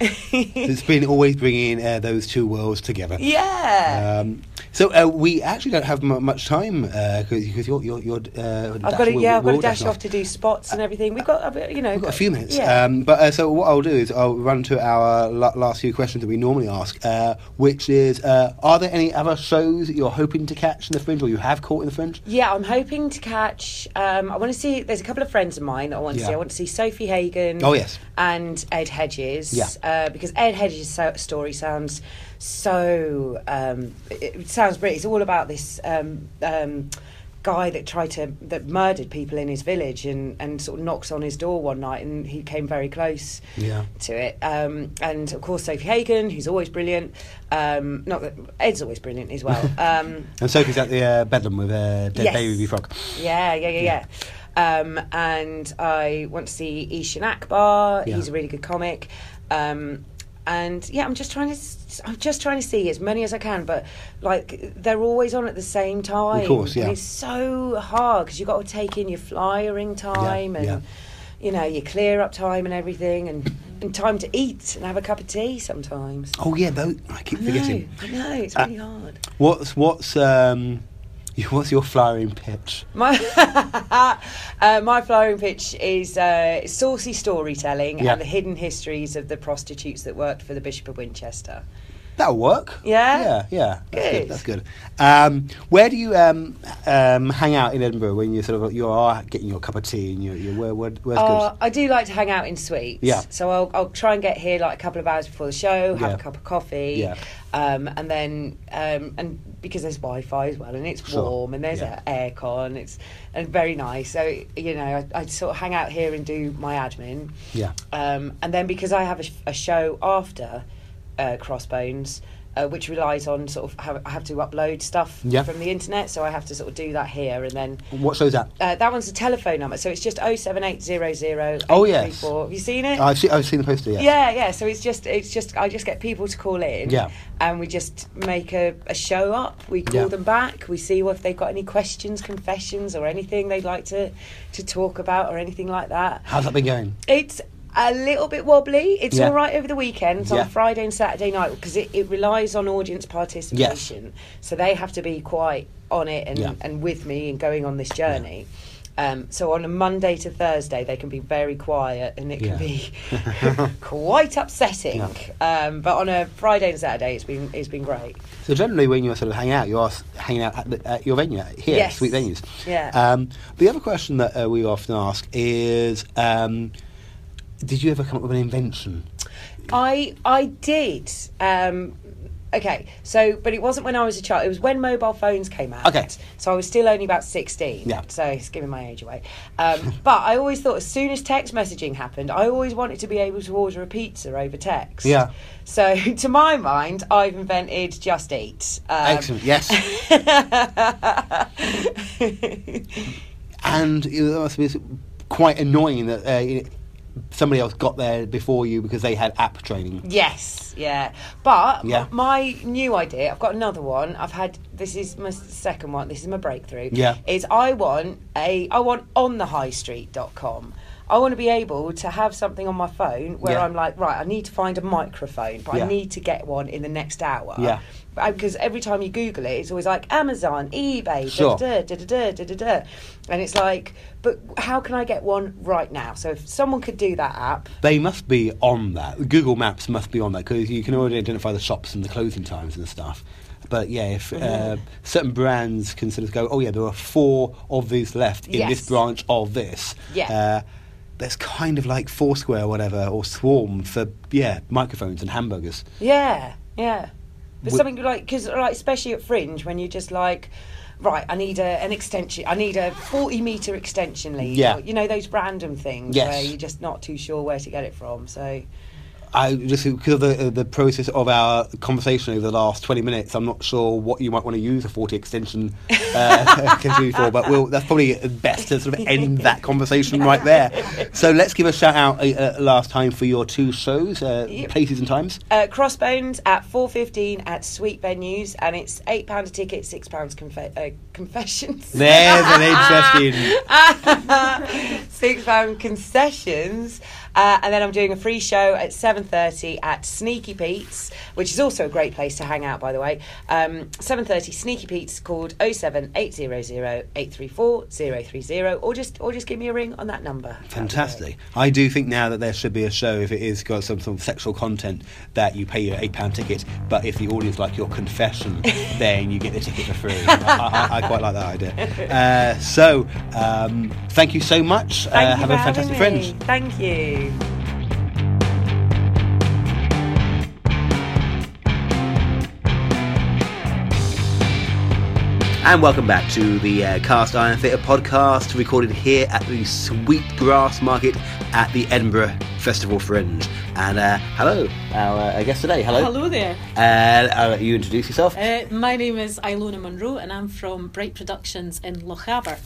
Speaker 2: it's been always bringing uh, those two worlds together.
Speaker 5: yeah.
Speaker 2: Um, so uh, we actually don't have m- much time because you're you're you're. Uh,
Speaker 5: I've got to, yeah, I've got to dash off to do spots and everything. We've got, a bit, you know,
Speaker 2: We've got a few minutes,
Speaker 5: Yeah.
Speaker 2: um, but uh, so what I'll do is I'll run to our la- last few questions that we normally ask, uh, which is: uh, Are there any other shows that you're hoping to catch in the fringe, or you have caught in the fringe?
Speaker 5: Yeah, I'm hoping to catch. Um, I want to see. There's a couple of friends of mine that I want to
Speaker 2: Yeah.
Speaker 5: see. I want to see Sophie Hagen.
Speaker 2: Oh, yes.
Speaker 5: and Ed Hedges.
Speaker 2: Yeah.
Speaker 5: uh, because Ed Hedges' so- story sounds so. Um, it, it sounds brilliant. It's all about this. Um, um, Guy that tried to that murdered people in his village and and sort of knocks on his door one night and he came very close
Speaker 2: Yeah.
Speaker 5: to it. Um, and of course Sophie Hagen, who's always brilliant. Um, not that Ed's always brilliant as well. Um,
Speaker 2: And Sophie's at the uh, Bedlam with uh, Dead
Speaker 5: Yes.
Speaker 2: Baby Frog.
Speaker 5: Yeah, yeah, yeah, yeah. Um, and I want to see Ishan Akbar.
Speaker 2: Yeah.
Speaker 5: He's a really good comic. Um, and yeah, I'm just trying to. s- I'm just trying to see as many as I can, but like they're always on at the same time.
Speaker 2: course, yeah.
Speaker 5: And it's so hard because you've got to take in your flyering time and
Speaker 2: yeah.
Speaker 5: you know your clear up time and everything, and, and time to eat and have a cup of tea sometimes.
Speaker 2: Oh yeah, those, I keep
Speaker 5: I know,
Speaker 2: forgetting.
Speaker 5: I know, it's
Speaker 2: Uh,
Speaker 5: really hard.
Speaker 2: What's what's um, what's your flowering pitch?
Speaker 5: My, uh, my flowering pitch is uh, saucy storytelling
Speaker 2: Yeah.
Speaker 5: and the hidden histories of the prostitutes that worked for the Bishop of Winchester.
Speaker 2: That'll work.
Speaker 5: Yeah?
Speaker 2: Yeah, yeah.
Speaker 5: Good.
Speaker 2: That's good. That's good. Um, where do you um, um, hang out in Edinburgh when you sort of you are getting your cup of tea and you're, you're where, where, where's
Speaker 5: Uh,
Speaker 2: good?
Speaker 5: I do like to hang out in suites.
Speaker 2: Yeah.
Speaker 5: So I'll, I'll try and get here like a couple of hours before the show, have
Speaker 2: Yeah.
Speaker 5: a cup of coffee,
Speaker 2: Yeah.
Speaker 5: um, and then um, and because there's Wi-Fi as well, and it's
Speaker 2: Sure.
Speaker 5: warm, and there's
Speaker 2: Yeah.
Speaker 5: a aircon, it's and very nice. So you know, I, I sort of hang out here and do my admin.
Speaker 2: Yeah.
Speaker 5: Um, and then because I have a, sh- a show after uh, Crossbones, uh, which relies on sort of have, I have to upload stuff
Speaker 2: Yeah.
Speaker 5: from the internet, so I have to sort of do that here and then.
Speaker 2: What show's that?
Speaker 5: Uh, that one's a telephone number, so it's just 07800
Speaker 2: Oh, yes.
Speaker 5: Have you seen it?
Speaker 2: I've seen, I've seen the poster. Yeah.
Speaker 5: yeah, yeah. So it's just, it's just, I just get people to call in,
Speaker 2: Yeah.
Speaker 5: and we just make a, a show up. We call
Speaker 2: Yeah.
Speaker 5: them back. We see if they've got any questions, confessions, or anything they'd like to to talk about, or anything like that.
Speaker 2: How's that been going?
Speaker 5: It's a little bit wobbly. It's
Speaker 2: Yeah.
Speaker 5: all right over the weekends
Speaker 2: Yeah.
Speaker 5: on Friday and Saturday night because it, it relies on audience participation. So they have to be quite on it and,
Speaker 2: Yeah.
Speaker 5: and with me and going on this journey. Um, so on a Monday to Thursday, they can be very quiet and it
Speaker 2: Yeah.
Speaker 5: can be quite upsetting. Um, but on a Friday and Saturday, it's been it's been great.
Speaker 2: So generally, when you sort of hang out, you are s- hanging out at, the, at your venue at- here,
Speaker 5: Yes.
Speaker 2: sweet venues.
Speaker 5: Yeah.
Speaker 2: Um, the other question that uh, we often ask is, um, did you ever come up with an invention?
Speaker 5: I I did. Um, okay, so but it wasn't when I was a child. It was when mobile phones came out.
Speaker 2: Okay.
Speaker 5: So I was still only about sixteen.
Speaker 2: Yeah.
Speaker 5: So it's giving my age away. Um, but I always thought as soon as text messaging happened, I always wanted to be able to order a pizza over text.
Speaker 2: Yeah.
Speaker 5: So to my mind, I've invented Just Eat. Um,
Speaker 2: Excellent. Yes. and it must be quite annoying that uh, you- somebody else got there before you because they had app training.
Speaker 5: Yes, yeah. But
Speaker 2: Yeah.
Speaker 5: m- my new idea, I've got another one. I've had this is my s- second one. This is my breakthrough.
Speaker 2: Yeah.
Speaker 5: Is I want a I want on the high street.com. I want to be able to have something on my phone where
Speaker 2: Yeah.
Speaker 5: I'm like, right, I need to find a microphone, but
Speaker 2: Yeah.
Speaker 5: I need to get one in the next hour.
Speaker 2: Yeah.
Speaker 5: Because every time you Google it, it's always like Amazon, eBay,
Speaker 2: Sure.
Speaker 5: da, da, da, da, da, da. and it's like, but how can I get one right now? So if someone could do that app,
Speaker 2: They must be on that. Google Maps must be on that because you can already identify the shops and the closing times and stuff. But yeah, if uh, certain brands can sort of go, oh yeah, there are four of these left in this
Speaker 5: Yes.
Speaker 2: branch of this.
Speaker 5: Yeah.
Speaker 2: Uh, that's kind of like Foursquare or whatever, or Swarm for, yeah, microphones and hamburgers.
Speaker 5: Yeah, yeah. But
Speaker 2: Would-
Speaker 5: something like because like especially at Fringe when you just like. Right, I need a, an extension. I need a forty meter extension lead.
Speaker 2: Yeah.
Speaker 5: or, you know those random things
Speaker 2: Yes.
Speaker 5: where you're just not too sure where to get it from. So
Speaker 2: I just because of the uh, the process of our conversation over the last twenty minutes, I'm not sure what you might want to use a forty extension uh, can do for, but we'll, that's probably best to sort of end that conversation right there. So let's give a shout out uh, uh, last time for your two shows, uh,
Speaker 5: Yep.
Speaker 2: places and times.
Speaker 5: uh, Crossbones at four fifteen at Sweet Venues, and it's eight pound a ticket, six pounds confe- uh, confessions.
Speaker 2: There's an interesting.
Speaker 5: six pound concessions uh, and then i'm doing a free show at 7.30 at sneaky pete's which is also a great place to hang out by the way um, 7.30 sneaky pete's called 07800834030 or just or just give me a ring on that number That'd be great.
Speaker 2: Fantastic. I do think now that there should be a show if it is got some sort of sexual content that you pay your eight pound ticket, but if the audience like your confession, then you get the ticket for free. I, I, I quite like that idea. Uh, so um, thank you so much.
Speaker 5: Thank
Speaker 2: uh,
Speaker 5: you
Speaker 2: have
Speaker 5: for
Speaker 2: a
Speaker 5: having
Speaker 2: fantastic
Speaker 5: me.
Speaker 2: fringe.
Speaker 5: thank you
Speaker 2: And welcome back to the uh, Cast Iron Theatre podcast, recorded here at the Sweet Grass Market at the Edinburgh Festival Fringe. And uh, hello, our uh, guest today. Hello.
Speaker 6: Hello there.
Speaker 2: Uh, I'll let you introduce yourself.
Speaker 6: Uh, my name is Ilona Munro and I'm from Bright Productions in Lochaber.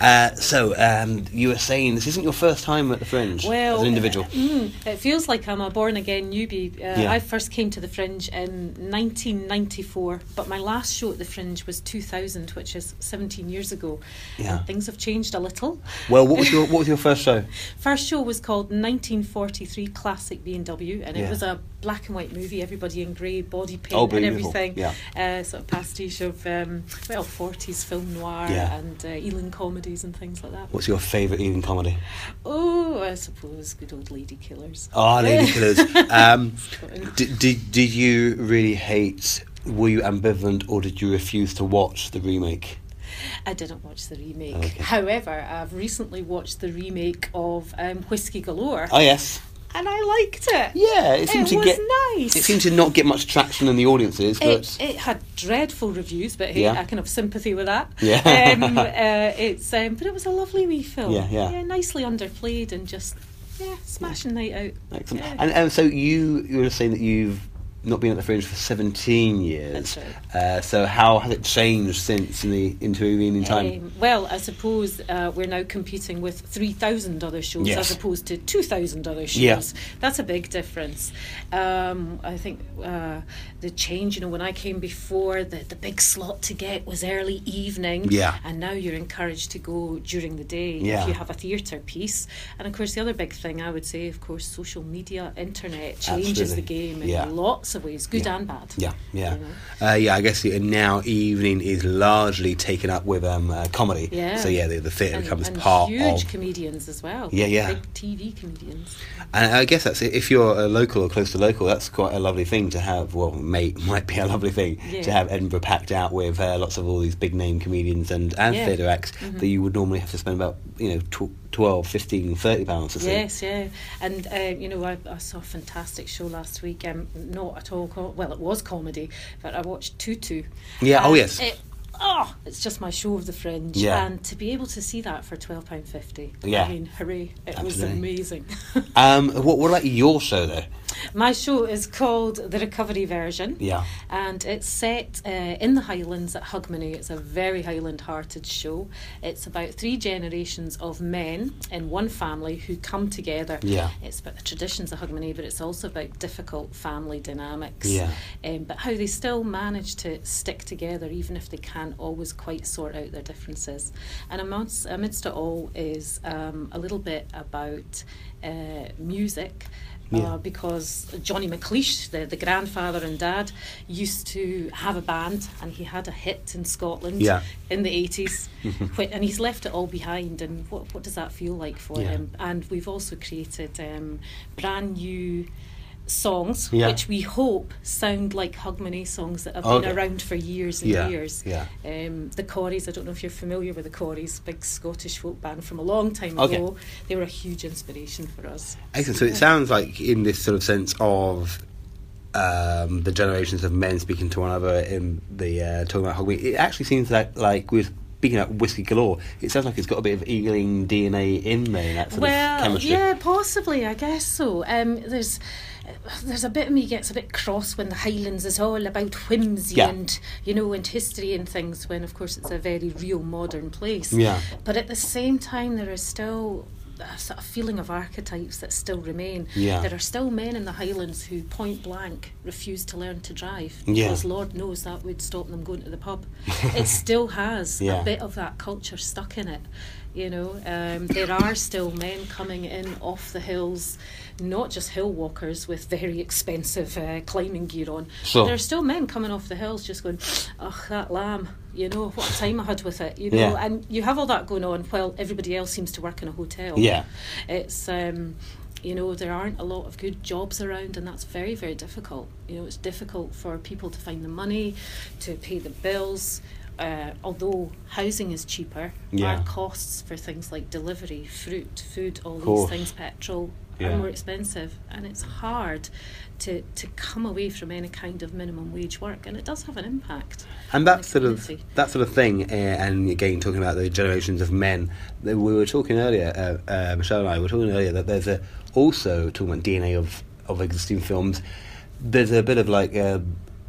Speaker 2: Uh, so um, you were saying this isn't your first time at the Fringe
Speaker 6: Well,
Speaker 2: as an individual.
Speaker 6: Mm, it feels like I'm a born again newbie. Uh,
Speaker 2: Yeah.
Speaker 6: I first came to the Fringe in 1994, but my last show at the Fringe was 2000, which is 17 years ago.
Speaker 2: Yeah.
Speaker 6: And things have changed a little.
Speaker 2: well, what was your what was your first show?
Speaker 6: First show was called 1943 Classic B&W and
Speaker 2: Yeah.
Speaker 6: it was a black and white movie, everybody in grey, body paint
Speaker 2: Oh,
Speaker 6: and
Speaker 2: beautiful.
Speaker 6: everything.
Speaker 2: Yeah.
Speaker 6: Uh, sort of pastiche of, um, well, 40s film noir
Speaker 2: Yeah.
Speaker 6: and uh, Ealing comedies and things like that.
Speaker 2: What's your favourite evening comedy?
Speaker 6: Oh, I suppose good old lady killers.
Speaker 2: Ah, Lady Killers. Um,
Speaker 6: Sorry.
Speaker 2: did, did did you really hate? Were you ambivalent, or did you refuse to watch the remake?
Speaker 6: I didn't watch the remake.
Speaker 2: Okay.
Speaker 6: However, I've recently watched the remake of um, Whiskey Galore
Speaker 2: Oh yes.
Speaker 6: and I liked it.
Speaker 2: Yeah, it seemed
Speaker 6: It
Speaker 2: to
Speaker 6: was
Speaker 2: get
Speaker 6: nice.
Speaker 2: It seemed to not get much traction in the audiences, but
Speaker 6: It, it had dreadful reviews, but hey,
Speaker 2: Yeah.
Speaker 6: I can have sympathy with that.
Speaker 2: Yeah.
Speaker 6: Um, uh, it's um, but it was a lovely wee film.
Speaker 2: Yeah, yeah.
Speaker 6: nicely underplayed and just yeah, smashing night out.
Speaker 2: Excellent.
Speaker 6: Yeah.
Speaker 2: And, and so you you were saying that you've not been at the fringe for 17 years.
Speaker 6: That's right.
Speaker 2: uh, so how has it changed since in the intervening time?
Speaker 6: Um, well, I suppose uh, we're now competing with 3,000 other shows
Speaker 2: Yes.
Speaker 6: as opposed to 2,000 other shows.
Speaker 2: Yeah.
Speaker 6: That's a big difference. Um, I think uh, the change, you know, when I came before, the, the big slot to get was early evening.
Speaker 2: Yeah.
Speaker 6: And now you're encouraged to go during the day
Speaker 2: Yeah.
Speaker 6: if you have a theatre piece. And of course, the other big thing I would say, of course, social media, internet changes
Speaker 2: Absolutely.
Speaker 6: the game in
Speaker 2: Yeah.
Speaker 6: lots ways, good and bad.
Speaker 2: Yeah, yeah, uh, yeah. I guess the- now evening is largely taken up with um, uh, comedy.
Speaker 6: Yeah.
Speaker 2: So yeah, the, the theatre
Speaker 6: And,
Speaker 2: becomes
Speaker 6: and
Speaker 2: part
Speaker 6: huge
Speaker 2: of.
Speaker 6: comedians as well.
Speaker 2: Yeah, yeah.
Speaker 6: Big TV comedians.
Speaker 2: and I guess that's it. if you're a local or close to local, that's quite a lovely thing to have. Well, mate, might be a lovely thing to
Speaker 6: Yeah.
Speaker 2: have Edinburgh packed out with uh, lots of all these big name comedians and, and
Speaker 6: Yeah. Mm-hmm.
Speaker 2: theatre acts that you would normally have to spend about you know tw- 12, 15, 30 pounds to see.
Speaker 6: Yes, yeah. And, uh, you know, I, I saw a fantastic show last week. Um, not at all, com- well, it was comedy, but I watched Tutu.
Speaker 2: Yeah, oh,
Speaker 6: And
Speaker 2: yes.
Speaker 6: It, oh, it's just my show of the fringe.
Speaker 2: Yeah.
Speaker 6: And to be able to see that for £12.50,
Speaker 2: Yeah.
Speaker 6: I mean, hooray, it was
Speaker 2: Absolutely.
Speaker 6: amazing.
Speaker 2: Um, what what about your show though?
Speaker 6: My show is called The Recovery Version.
Speaker 2: Yeah.
Speaker 6: And it's set uh, in the Highlands at Hogmanay. It's a very Highland hearted show. It's about three generations of men in one family who come together.
Speaker 2: Yeah.
Speaker 6: It's about the traditions of Hogmanay, but it's also about difficult family dynamics.
Speaker 2: Yeah.
Speaker 6: Um, but how they still manage to stick together, even if they can't always quite sort out their differences. And amongst, amidst it all is um, a little bit about uh, music.
Speaker 2: Yeah.
Speaker 6: Uh, because Johnny McLeish, the, the grandfather and dad, used to have a band and he had a hit in Scotland
Speaker 2: Yeah.
Speaker 6: in the 80s. whi- and he's left it all behind. And what, what does that feel like for
Speaker 2: Yeah.
Speaker 6: him? And we've also created um, brand new songs,
Speaker 2: Yeah.
Speaker 6: which we hope sound like Hogmanay songs that have
Speaker 2: Okay.
Speaker 6: been around for years and
Speaker 2: Yeah,
Speaker 6: years.
Speaker 2: yeah.
Speaker 6: Um, the Corries, I don't know if you're familiar with the Corries, big Scottish folk band from a long time
Speaker 2: Okay.
Speaker 6: ago. They were a huge inspiration for us.
Speaker 2: Excellent. So it sounds like in this sort of sense of um, the generations of men speaking to one another in the uh, talking about Hogwarts, it actually seems like like we're speaking about whiskey galore. It sounds like it's got a bit of Ealing DNA in there, in that sort
Speaker 6: well,
Speaker 2: of chemistry.
Speaker 6: yeah, possibly. I guess so. Um, there's there's a bit of me gets a bit cross when the Highlands is all about whimsy
Speaker 2: Yeah.
Speaker 6: and you know and history and things. When of course it's a very real modern place.
Speaker 2: Yeah.
Speaker 6: But at the same time, there is still a sort of feeling of archetypes that still remain.
Speaker 2: Yeah.
Speaker 6: There are still men in the Highlands who point blank refuse to learn to drive
Speaker 2: Yeah.
Speaker 6: because Lord knows that would stop them going to the pub. it still has
Speaker 2: Yeah.
Speaker 6: a bit of that culture stuck in it. You know, um, there are still men coming in off the hills, not just hill walkers with very expensive uh, climbing gear on.
Speaker 2: Sure.
Speaker 6: There are still men coming off the hills just going, ugh, that lamb, you know, what a time I had with it, you know.
Speaker 2: Yeah.
Speaker 6: And you have all that going on while everybody else seems to work in a hotel.
Speaker 2: Yeah.
Speaker 6: It's. Um, you know there aren't a lot of good jobs around and that's very very difficult you know it's difficult for people to find the money to pay the bills uh, although housing is cheaper
Speaker 2: Yeah.
Speaker 6: our costs for things like delivery fruit food all
Speaker 2: Course.
Speaker 6: these things petrol
Speaker 2: Yeah.
Speaker 6: are more expensive and it's hard to, to come away from any kind of minimum wage work and it does have an impact
Speaker 2: And
Speaker 6: on
Speaker 2: that
Speaker 6: the
Speaker 2: sort of
Speaker 6: community.
Speaker 2: that sort of thing, uh, and again talking about the generations of men. that We were talking earlier, uh, uh, Michelle and I were talking earlier that there's a also talking about DNA of of existing films. There's a bit of like uh,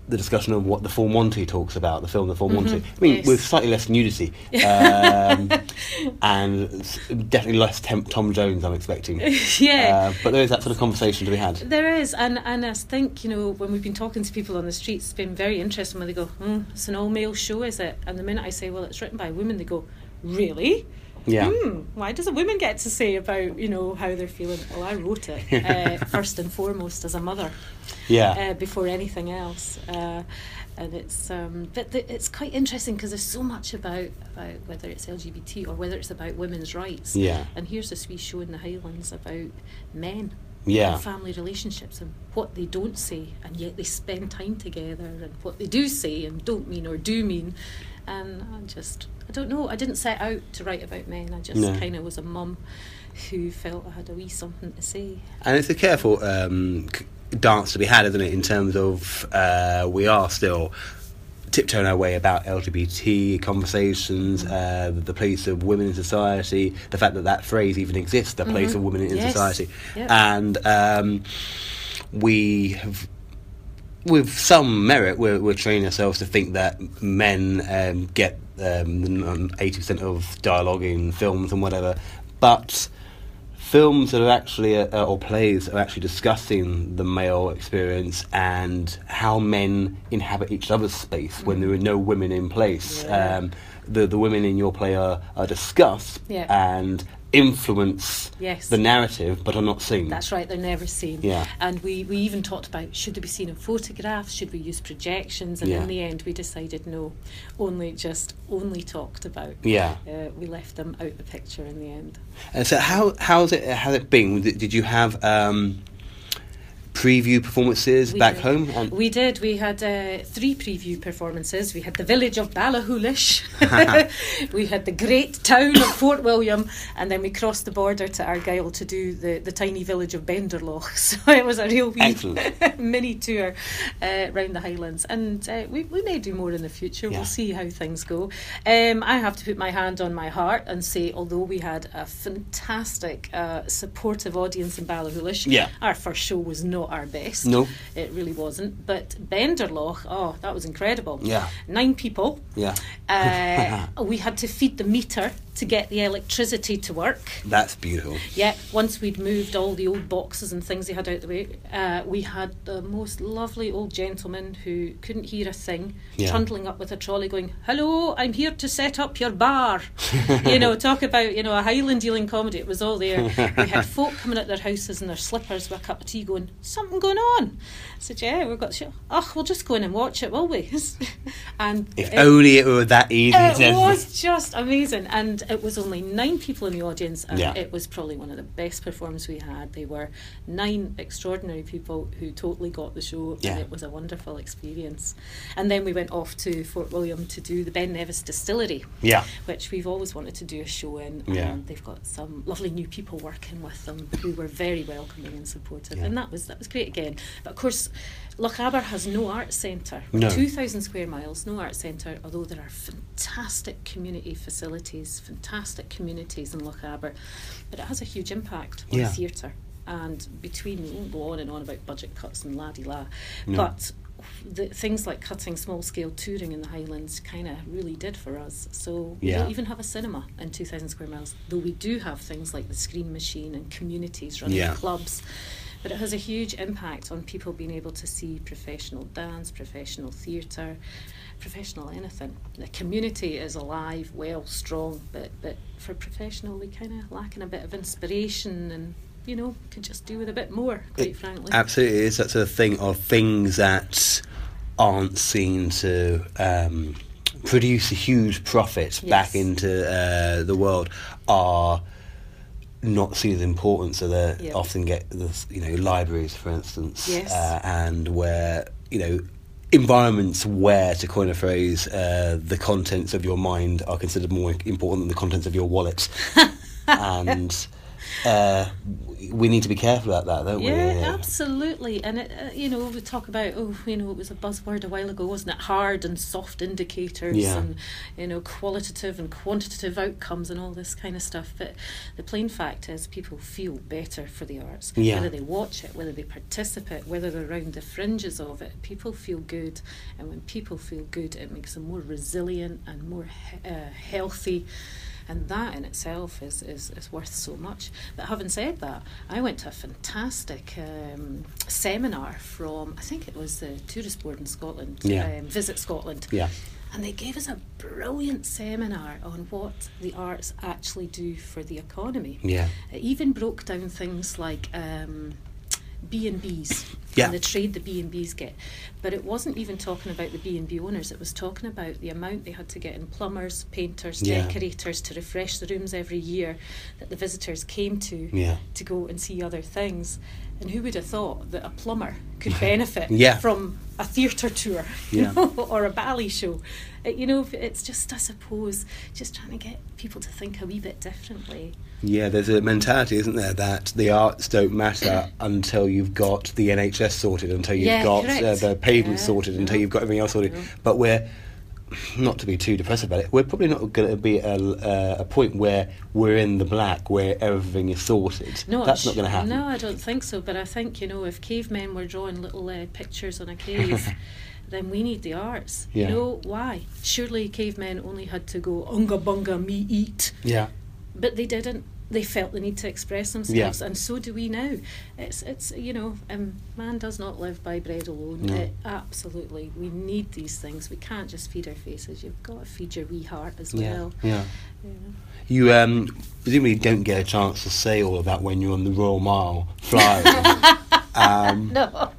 Speaker 2: the discussion of what the Full Monty talks about, the film The Full Monty. I mean,
Speaker 6: Mm-hmm. yes.
Speaker 2: with slightly less nudity, um, and s- definitely less temp- Tom Jones. I'm expecting.
Speaker 6: yeah
Speaker 2: Uh, but there is that sort of conversation to be had.
Speaker 6: There is, and, and I think, you know, when we've been talking to people on the streets, it's been very interesting when they go, hmm, it's an all male show, is it? And the minute I say, well, it's written by women, they go, really?
Speaker 2: Yeah.
Speaker 6: Hmm, why does a woman get to say about, you know, how they're feeling? Well, I wrote it uh, first and foremost as a mother
Speaker 2: Yeah.
Speaker 6: uh, before anything else. Uh, and it's um, but the, it's quite interesting because there's so much about about whether it's LGBT or whether it's about women's rights.
Speaker 2: Yeah.
Speaker 6: And here's this wee show in the Highlands about men.
Speaker 2: Yeah.
Speaker 6: And family relationships and what they don't say, and yet they spend time together, and what they do say and don't mean or do mean. And I just, I don't know, I didn't set out to write about men, I just
Speaker 2: No.
Speaker 6: kind of was a mum who felt I had a wee something to say.
Speaker 2: And it's a careful um, c- dance to be had, isn't it? In terms of uh, we are still tiptoeing our way about LGBT conversations, uh, the place of women in society, the fact that that phrase even exists, the place of women in
Speaker 6: Mm-hmm. Yes.
Speaker 2: society,
Speaker 6: Yep.
Speaker 2: and um, we have. With some merit, we're, we're training ourselves to think that men um, get um, 80% of dialogue in films and whatever, but films that are actually uh, or plays are actually discussing the male experience and how men inhabit each other's space when there are no women in place. Um, the, the women in your play are, are discussed
Speaker 6: Yeah.
Speaker 2: and influence
Speaker 6: Yes.
Speaker 2: the narrative, but are not seen.
Speaker 6: That's right, they're never seen.
Speaker 2: Yeah.
Speaker 6: And we, we even talked about should they be seen in photographs, should we use projections, and
Speaker 2: Yeah.
Speaker 6: in the end we decided no, only just only talked about.
Speaker 2: Yeah.
Speaker 6: Uh, we left them out the picture in the end.
Speaker 2: And so, how how's it has it been? Did did you have um, preview performances
Speaker 6: We
Speaker 2: back
Speaker 6: did.
Speaker 2: home? And
Speaker 6: We did. We had uh, three preview performances. We had the village of Ballahoolish, we had the great town of Fort William, and then we crossed the border to Argyll to do the, the tiny village of Benderloch. So it was a real wee
Speaker 2: Excellent.
Speaker 6: mini tour uh, round the Highlands, and uh, we, we may do more in the future.
Speaker 2: Yeah.
Speaker 6: We'll see how things go. Um, I have to put my hand on my heart and say, although we had a fantastic, uh, supportive audience in Ballahoolish,
Speaker 2: Yeah.
Speaker 6: our first show was not our best.
Speaker 2: No.
Speaker 6: It really wasn't. But Benderloch, oh, that was incredible.
Speaker 2: Yeah.
Speaker 6: Nine people.
Speaker 2: yeah,
Speaker 6: Uh, we had to feed the meter to get the electricity to work.
Speaker 2: that's beautiful.
Speaker 6: Yeah, once we'd moved all the old boxes and things they had out the way, uh, we had the most lovely old gentleman who couldn't hear a thing,
Speaker 2: Yeah.
Speaker 6: trundling up with a trolley going, Hello, I'm here to set up your bar. you know, talk about, you know, a Highland dealing comedy. It was all there. We had folk coming out their houses in their slippers with a cup of tea going, Something going on. I said, Yeah, we've got the show. Oh, we'll just go in and watch it, will we? and
Speaker 2: If
Speaker 6: it-
Speaker 2: only it were that easy.
Speaker 6: it
Speaker 2: to-
Speaker 6: was just amazing, and it was only nine people in the audience, and
Speaker 2: Yeah.
Speaker 6: it was probably one of the best performances we had. They were nine extraordinary people who totally got the show,
Speaker 2: Yeah.
Speaker 6: and it was a wonderful experience. And then we went off to Fort William to do the Ben Nevis Distillery,
Speaker 2: Yeah.
Speaker 6: which we've always wanted to do a show in,
Speaker 2: Yeah.
Speaker 6: and they've got some lovely new people working with them who were very welcoming and supportive,
Speaker 2: Yeah.
Speaker 6: and that was that was great again. But of course. Lochaber has no arts centre.
Speaker 2: No.
Speaker 6: 2,000 square miles, no arts centre, although there are fantastic community facilities, fantastic communities in Lochaber, but it has a huge impact on
Speaker 2: Yeah.
Speaker 6: theatre. And between, we won't go on and on about budget cuts and la di la,
Speaker 2: No.
Speaker 6: but the, things like cutting small scale touring in the Highlands kind of really did for us. So we
Speaker 2: Yeah.
Speaker 6: don't even have a cinema in 2,000 square miles, though we do have things like the screen machine and communities running
Speaker 2: Yeah.
Speaker 6: clubs. But it has a huge impact on people being able to see professional dance, professional theatre, professional anything. The community is alive, well, strong, but, but for professional, we kind of lacking a bit of inspiration and, you know, could just do with a bit more, quite
Speaker 2: It-
Speaker 6: frankly.
Speaker 2: Absolutely, it's that sort of thing of things that aren't seen to um, produce a huge profit back
Speaker 6: Yes.
Speaker 2: into uh, the world are not seen as important. So they
Speaker 6: Yeah.
Speaker 2: often get the you know libraries, for instance,
Speaker 6: Yes.
Speaker 2: uh, and where you know. Environments where, to coin a phrase, uh, the contents of your mind are considered more important than the contents of your wallet, and uh, w- we need to be careful about that, don't we?
Speaker 6: Yeah, absolutely. And it, uh, you know, we talk about oh, you know, it was a buzzword a while ago, wasn't it? Hard and soft indicators,
Speaker 2: Yeah.
Speaker 6: and you know, qualitative and quantitative outcomes, and all this kind of stuff. But the plain fact is, people feel better for the arts,
Speaker 2: Yeah.
Speaker 6: whether they watch it, whether they participate, whether they're around the fringes of it. People feel good, and when people feel good, it makes them more resilient and more he- uh, healthy. And that in itself is, is, is worth so much. But having said that, I went to a fantastic um, seminar from, I think it was the Tourist Board in Scotland,
Speaker 2: Yeah.
Speaker 6: um, Visit Scotland.
Speaker 2: Yeah.
Speaker 6: And they gave us a brilliant seminar on what the arts actually do for the economy.
Speaker 2: Yeah.
Speaker 6: It even broke down things like um, B and B's
Speaker 2: Yeah.
Speaker 6: and the trade the B and B's get. But it wasn't even talking about the B and B owners. It was talking about the amount they had to get in plumbers, painters,
Speaker 2: Yeah.
Speaker 6: decorators to refresh the rooms every year that the visitors came to
Speaker 2: Yeah.
Speaker 6: to go and see other things. And who would have thought that a plumber could benefit
Speaker 2: Yeah.
Speaker 6: from um, a theatre tour,
Speaker 2: Yeah.
Speaker 6: you know, or a ballet show? Uh, you know, it's just I suppose just trying to get people to think a wee bit differently.
Speaker 2: Yeah, there's a mentality, isn't there, that the arts don't matter until you've got the NHS sorted, until you've
Speaker 6: Yeah,
Speaker 2: got uh,
Speaker 6: correct.
Speaker 2: the pavement
Speaker 6: Yeah, Mm-hmm.
Speaker 2: sorted, until
Speaker 6: no,
Speaker 2: you've got everything else sorted.
Speaker 6: no.
Speaker 2: But we're not to be too depressed about it. We're probably not going to be at a, uh, a point where we're in the black, where everything is sorted.
Speaker 6: No,
Speaker 2: that's
Speaker 6: sh-
Speaker 2: not going to happen.
Speaker 6: No, I don't think so. But I think you know, if cavemen were drawing little uh, pictures on a cave, then we need the arts.
Speaker 2: Yeah.
Speaker 6: You know why? Surely cavemen only had to go unga bunga me eat,
Speaker 2: Yeah,
Speaker 6: but they didn't. they felt the need to express themselves, and so do we now. It's it's you know, um, man does not live by bread alone.
Speaker 2: No.
Speaker 6: It, absolutely, we need these things. We can't just feed our faces. You've got to feed your wee heart as
Speaker 2: Yeah.
Speaker 6: well.
Speaker 2: Yeah.
Speaker 6: you know.
Speaker 2: You um, presumably don't get a chance to say all of that when you're on the Royal Mile flying. um,
Speaker 6: No.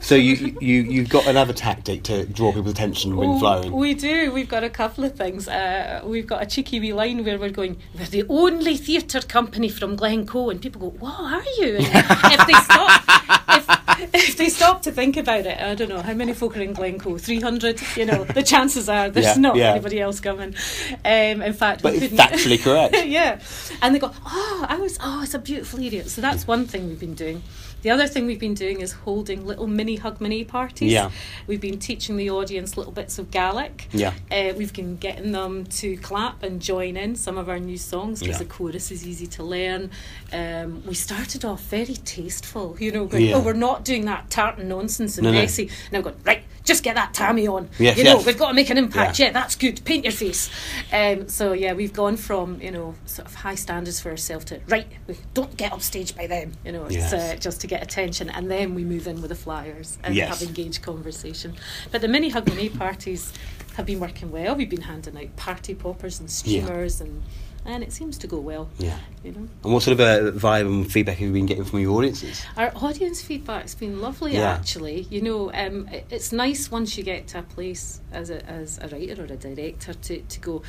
Speaker 2: So you you you've got another tactic to draw people's attention when
Speaker 6: Oh,
Speaker 2: flying.
Speaker 6: We do. We've got a couple of things. Uh, we've got a cheeky wee line where we're going, we're the only theatre company from Glencoe, and people go, what are you? And if they stop, if, if they stop to think about it, I don't know, how many folk are in Glencoe? 300? You know, the chances are there's
Speaker 2: Yeah,
Speaker 6: not
Speaker 2: yeah.
Speaker 6: anybody else coming. Um, in fact,
Speaker 2: But
Speaker 6: we
Speaker 2: it's
Speaker 6: couldn't-
Speaker 2: factually correct.
Speaker 6: yeah. And they go, oh, I was, oh, it's a beautiful area. So that's one thing we've been doing. The other thing we've been doing is holding little mini hug mini parties.
Speaker 2: Yeah.
Speaker 6: We've been teaching the audience little bits of Gaelic.
Speaker 2: Yeah.
Speaker 6: Uh, we've been getting them to clap and join in some of our new songs because
Speaker 2: Yeah.
Speaker 6: the chorus is easy to learn. Um, we started off very tasteful, you know, going,
Speaker 2: Yeah.
Speaker 6: oh, we're not dodoing that tartan nonsense and
Speaker 2: No, no.
Speaker 6: messy. Now I'm going, right, just get that tammy on.
Speaker 2: Yes,
Speaker 6: you know,
Speaker 2: yes.
Speaker 6: we've got to make an impact.
Speaker 2: Yeah.
Speaker 6: Yeah, that's good. Paint your face. Um, so yeah, we've gone from you know sort of high standards for ourselves to right. We don't get upstaged by them. You know, it's,
Speaker 2: Yes.
Speaker 6: uh, just to get attention, and then we move in with the flyers and
Speaker 2: Yes.
Speaker 6: have engaged conversation. But the mini hug mini parties have been working well. We've been handing out party poppers and
Speaker 2: Yeah.
Speaker 6: streamers and. And it seems to go well.
Speaker 2: Yeah.
Speaker 6: You know,
Speaker 2: And what sort of uh, vibe and feedback have you been getting from your audiences?
Speaker 6: our audience feedback's been lovely.
Speaker 2: Yeah.
Speaker 6: Actually, you know, um, it, it's nice once you get to a place as a, as a writer or a director to, to go.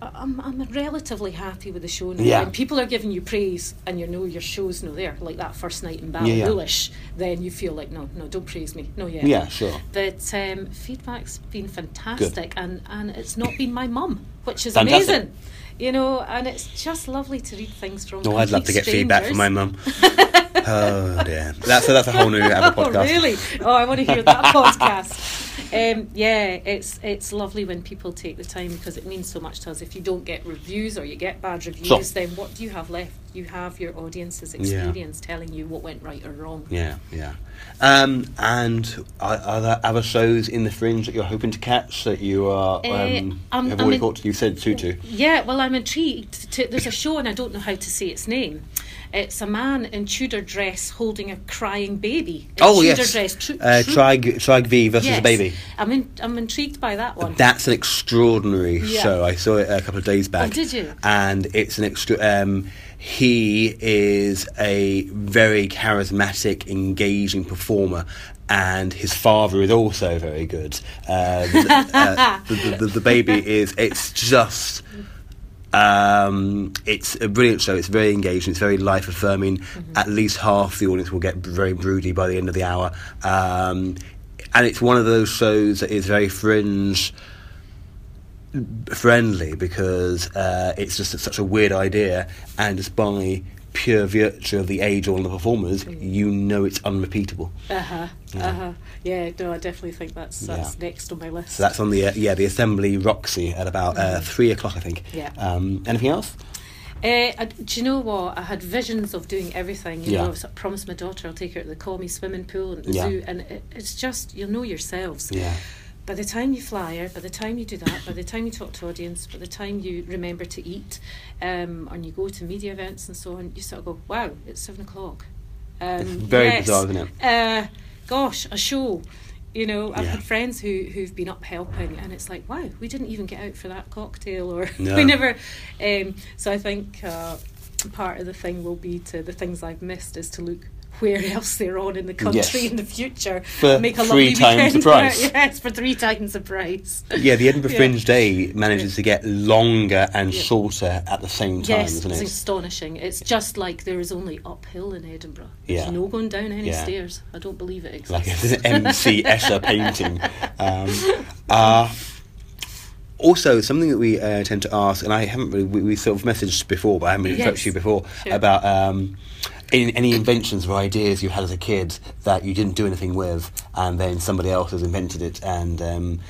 Speaker 6: "I- I'm, I'm relatively happy with the show now.
Speaker 2: Yeah.
Speaker 6: When people are giving you praise and you know your show's no there, like that first night in
Speaker 2: Yeah, yeah.
Speaker 6: Ballywoolish, then you feel like, no, no, don't praise me. No, yeah.
Speaker 2: Yeah, sure.
Speaker 6: But um, feedback's been fantastic, and, and it's not been my mum, which is
Speaker 2: Fantastic.
Speaker 6: amazing. You know, and it's just lovely to read things from.
Speaker 2: Oh, I'd love to
Speaker 6: complete
Speaker 2: get feedback from my
Speaker 6: strangers.
Speaker 2: mum. oh dear, that's a, that's a whole new other podcast.
Speaker 6: Oh, really? Oh, I want to hear that podcast. Um, yeah, it's it's lovely when people take the time because it means so much to us. If you don't get reviews or you get bad reviews,
Speaker 2: Sure.
Speaker 6: then what do you have left? You have your audience's
Speaker 2: Yeah.
Speaker 6: experience telling you what went right or wrong.
Speaker 2: Yeah, yeah. Um, and are, are there other shows in the fringe that you're hoping to catch that you are um,
Speaker 6: Uh, I'm-
Speaker 2: have
Speaker 6: I'm
Speaker 2: already
Speaker 6: in-
Speaker 2: caught? You said two to.
Speaker 6: Yeah, well, I'm intrigued. To, there's a show, and I don't know how to say its name. It's a man in Tudor dress holding a crying baby. In
Speaker 2: Oh
Speaker 6: Tudor
Speaker 2: yes,
Speaker 6: dress. Tru-
Speaker 2: uh,
Speaker 6: tru-
Speaker 2: Trig Trig V versus
Speaker 6: yes.
Speaker 2: a baby.
Speaker 6: I'm in, I'm intrigued by that one.
Speaker 2: That's an extraordinary
Speaker 6: Yeah.
Speaker 2: show. I saw it a couple of days back.
Speaker 6: Oh, did you?
Speaker 2: And it's an extra. Um, he is a very charismatic, engaging performer, and his father is also very good. Um, uh, the, the, the, the baby is. It's just. Um, it's a brilliant show. It's very engaging. It's very life affirming.
Speaker 6: Mm-hmm.
Speaker 2: At least half the audience will get very broody by the end of the hour. Um, and it's one of those shows that is very fringe friendly because uh, it's just such a weird idea, and just by pure virtue of the age on the performers,
Speaker 6: Mm.
Speaker 2: you know it's unrepeatable.
Speaker 6: Uh huh. Uh huh. Yeah. No, I definitely think that's that's
Speaker 2: Yeah.
Speaker 6: next on my list.
Speaker 2: So that's on the uh, yeah the Assembly Roxy at about uh, three o'clock, I think.
Speaker 6: Mm. Yeah.
Speaker 2: Um, anything else?
Speaker 6: Uh, I, do you know what? I had visions of doing everything. You
Speaker 2: Yeah.
Speaker 6: know, I sort of promised my daughter I'll take her to the Call Me swimming pool and the
Speaker 2: Yeah.
Speaker 6: zoo, and it, it's just you'll know yourselves.
Speaker 2: Yeah.
Speaker 6: By the time you flyer, by the time you do that, by the time you talk to audience, by the time you remember to eat, um, and you go to media events and so on, you sort of go, "Wow, it's seven o'clock." Um,
Speaker 2: It's very
Speaker 6: yes.
Speaker 2: bizarre, isn't it?
Speaker 6: uh, gosh, a show. You know, I've
Speaker 2: Yeah.
Speaker 6: had friends who who've been up helping, and it's like, wow, we didn't even get out for that cocktail, or
Speaker 2: No.
Speaker 6: we never. Um, so I think uh, part of the thing will be to the things I've missed is to look where else they're on in the country
Speaker 2: Yes.
Speaker 6: in the future.
Speaker 2: For
Speaker 6: make a
Speaker 2: three
Speaker 6: lovely
Speaker 2: times
Speaker 6: weekend
Speaker 2: the price.
Speaker 6: out. yes, for three times the price.
Speaker 2: Yeah, the Edinburgh
Speaker 6: Yeah.
Speaker 2: Fringe Day manages to get longer and
Speaker 6: Yeah.
Speaker 2: shorter at the same time,
Speaker 6: Yes,
Speaker 2: doesn't
Speaker 6: it's
Speaker 2: it?
Speaker 6: astonishing. It's just like there is only uphill in Edinburgh.
Speaker 2: Yeah.
Speaker 6: There's no going down any
Speaker 2: Yeah.
Speaker 6: stairs. I don't believe it exists.
Speaker 2: Like an MC Escher painting. Um, uh, also, something that we uh, tend to ask, and I haven't really, we, we sort of messaged before, but I haven't really
Speaker 6: Yes.
Speaker 2: approached you before,
Speaker 6: Sure.
Speaker 2: about um, in, any inventions or ideas you had as a kid that you didn't do anything with, and then somebody else has invented it and um,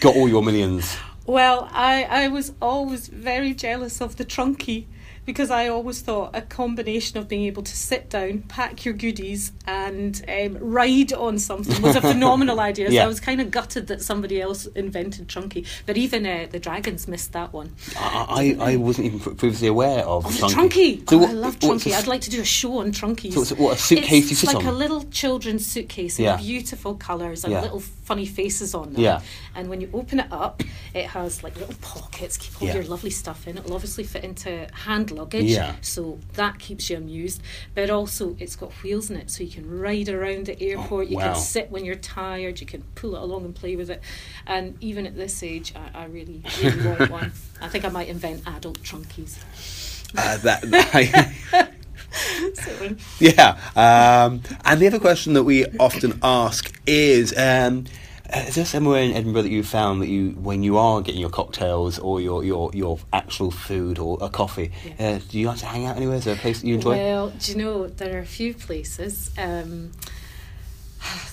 Speaker 2: got all your millions.
Speaker 6: Well, I, I was always very jealous of the trunkie because I always thought a combination of being able to sit down, pack your goodies, and um, ride on something was a phenomenal idea. So
Speaker 2: Yeah.
Speaker 6: I was kind of gutted that somebody else invented trunkie. But even uh, the dragons missed that one.
Speaker 2: I, I, I wasn't even pr- previously aware of
Speaker 6: Oh,
Speaker 2: Trunky.
Speaker 6: Trunky!
Speaker 2: So
Speaker 6: Oh,
Speaker 2: what-
Speaker 6: I love
Speaker 2: what's
Speaker 6: Trunky.
Speaker 2: a-
Speaker 6: I'd like to do a show on Trunkies.
Speaker 2: So it's what, a suitcase
Speaker 6: It's
Speaker 2: you sit on?
Speaker 6: like a little children's suitcase
Speaker 2: Yeah.
Speaker 6: with beautiful colours and
Speaker 2: Yeah.
Speaker 6: little funny faces on them.
Speaker 2: Yeah.
Speaker 6: And when you open it up, it has like little pockets, keep all
Speaker 2: Yeah.
Speaker 6: your lovely stuff in. It'll obviously fit into hand luggage,
Speaker 2: Yeah.
Speaker 6: so that keeps you amused. But also, it's got wheels in it, so you can ride around the airport, you
Speaker 2: Oh, wow.
Speaker 6: can sit when you're tired, you can pull it along and play with it. And even at this age, I, I really, really want one. I think I might invent adult Trunkies.
Speaker 2: uh, that, that-
Speaker 6: So,
Speaker 2: yeah. Um, and the other question that we often ask is. Um, uh, is there somewhere in Edinburgh that you found that you, when you are getting your cocktails or your, your, your actual food or a coffee, uh, do you like to hang out anywhere? Is there a place that you enjoy?
Speaker 6: Well, do you know there are a few places. Um,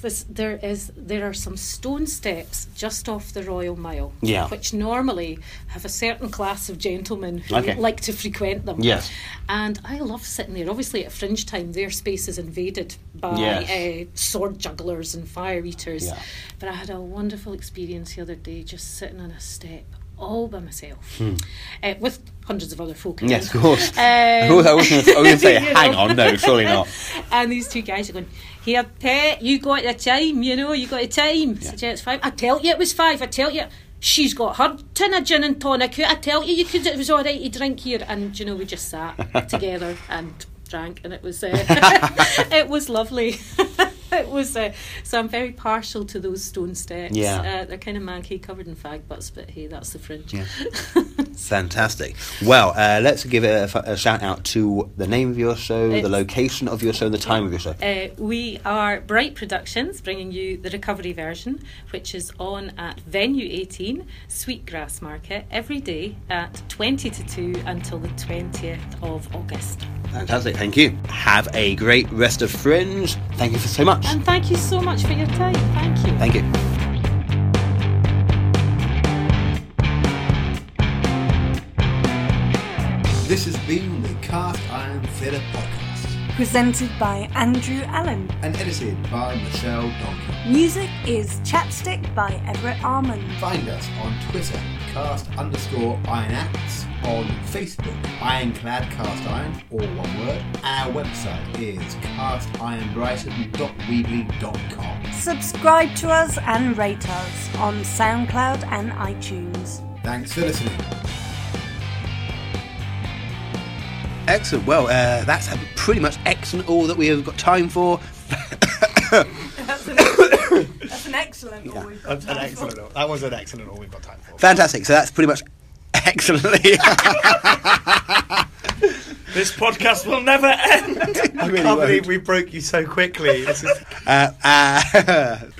Speaker 6: this, there is there are some stone steps just off the Royal Mile,
Speaker 2: Yeah.
Speaker 6: which normally have a certain class of gentlemen who
Speaker 2: Okay.
Speaker 6: like to frequent them.
Speaker 2: Yes.
Speaker 6: and I love sitting there. Obviously, at fringe time, their space is invaded by
Speaker 2: Yes.
Speaker 6: uh, sword jugglers and fire eaters.
Speaker 2: Yeah.
Speaker 6: But I had a wonderful experience the other day, just sitting on a step all by myself, uh, with hundreds of other folk.
Speaker 2: Hmm. Yes,
Speaker 6: around.
Speaker 2: of course.
Speaker 6: Um,
Speaker 2: I was going to say,
Speaker 6: you
Speaker 2: hang
Speaker 6: know.
Speaker 2: on, no, surely not.
Speaker 6: And these two guys are going, Here, Pet, you got your time, you know, you got your time. I said, "Yeah, it's five. I tell you it was five, I tell you. She's got her tin of gin and tonic. I tell you, you could. It was all right to drink here, and you know we just sat together and drank, and it was uh, it was lovely. it was uh, so I'm very partial to those stone steps.
Speaker 2: Yeah.
Speaker 6: uh, they're kind of manky, covered in fag butts, but hey, that's the fringe.
Speaker 2: Yeah. Fantastic. Well, uh, let's give a, f- a shout out to the name of your show, the
Speaker 6: It's-
Speaker 2: location of your show, and the time of your show.
Speaker 6: Uh, we are Bright Productions, bringing you the recovery version, which is on at Venue 18, Sweetgrass Market, every day at 20 to 2 until the 20th of August.
Speaker 2: Fantastic. Thank you. Have a great rest of Fringe. Thank you for so much.
Speaker 6: And thank you so much for your time. Thank you.
Speaker 2: Thank you.
Speaker 7: This has been the Cast Iron Theatre Podcast
Speaker 1: Presented by Andrew Allen.
Speaker 7: and edited by Michelle Donkey.
Speaker 1: Music is Chapstick by Everett Armand.
Speaker 7: Find us on Twitter, cast underscore iron acts, on Facebook, ironclad cast iron, all one word. Our website is castironbrighton.weebly.com.
Speaker 1: Subscribe to us and rate us on SoundCloud and iTunes.
Speaker 7: Thanks for listening.
Speaker 2: Excellent. Well, uh, that's uh, pretty much excellent all that we have got time for.
Speaker 1: That's an excellent one.
Speaker 4: That's an excellent. That was an excellent. All we've got time for.
Speaker 2: Fantastic. So that's pretty much excellently.
Speaker 3: This podcast will never end.
Speaker 4: I can't believe we broke you so quickly. This is
Speaker 2: uh, uh,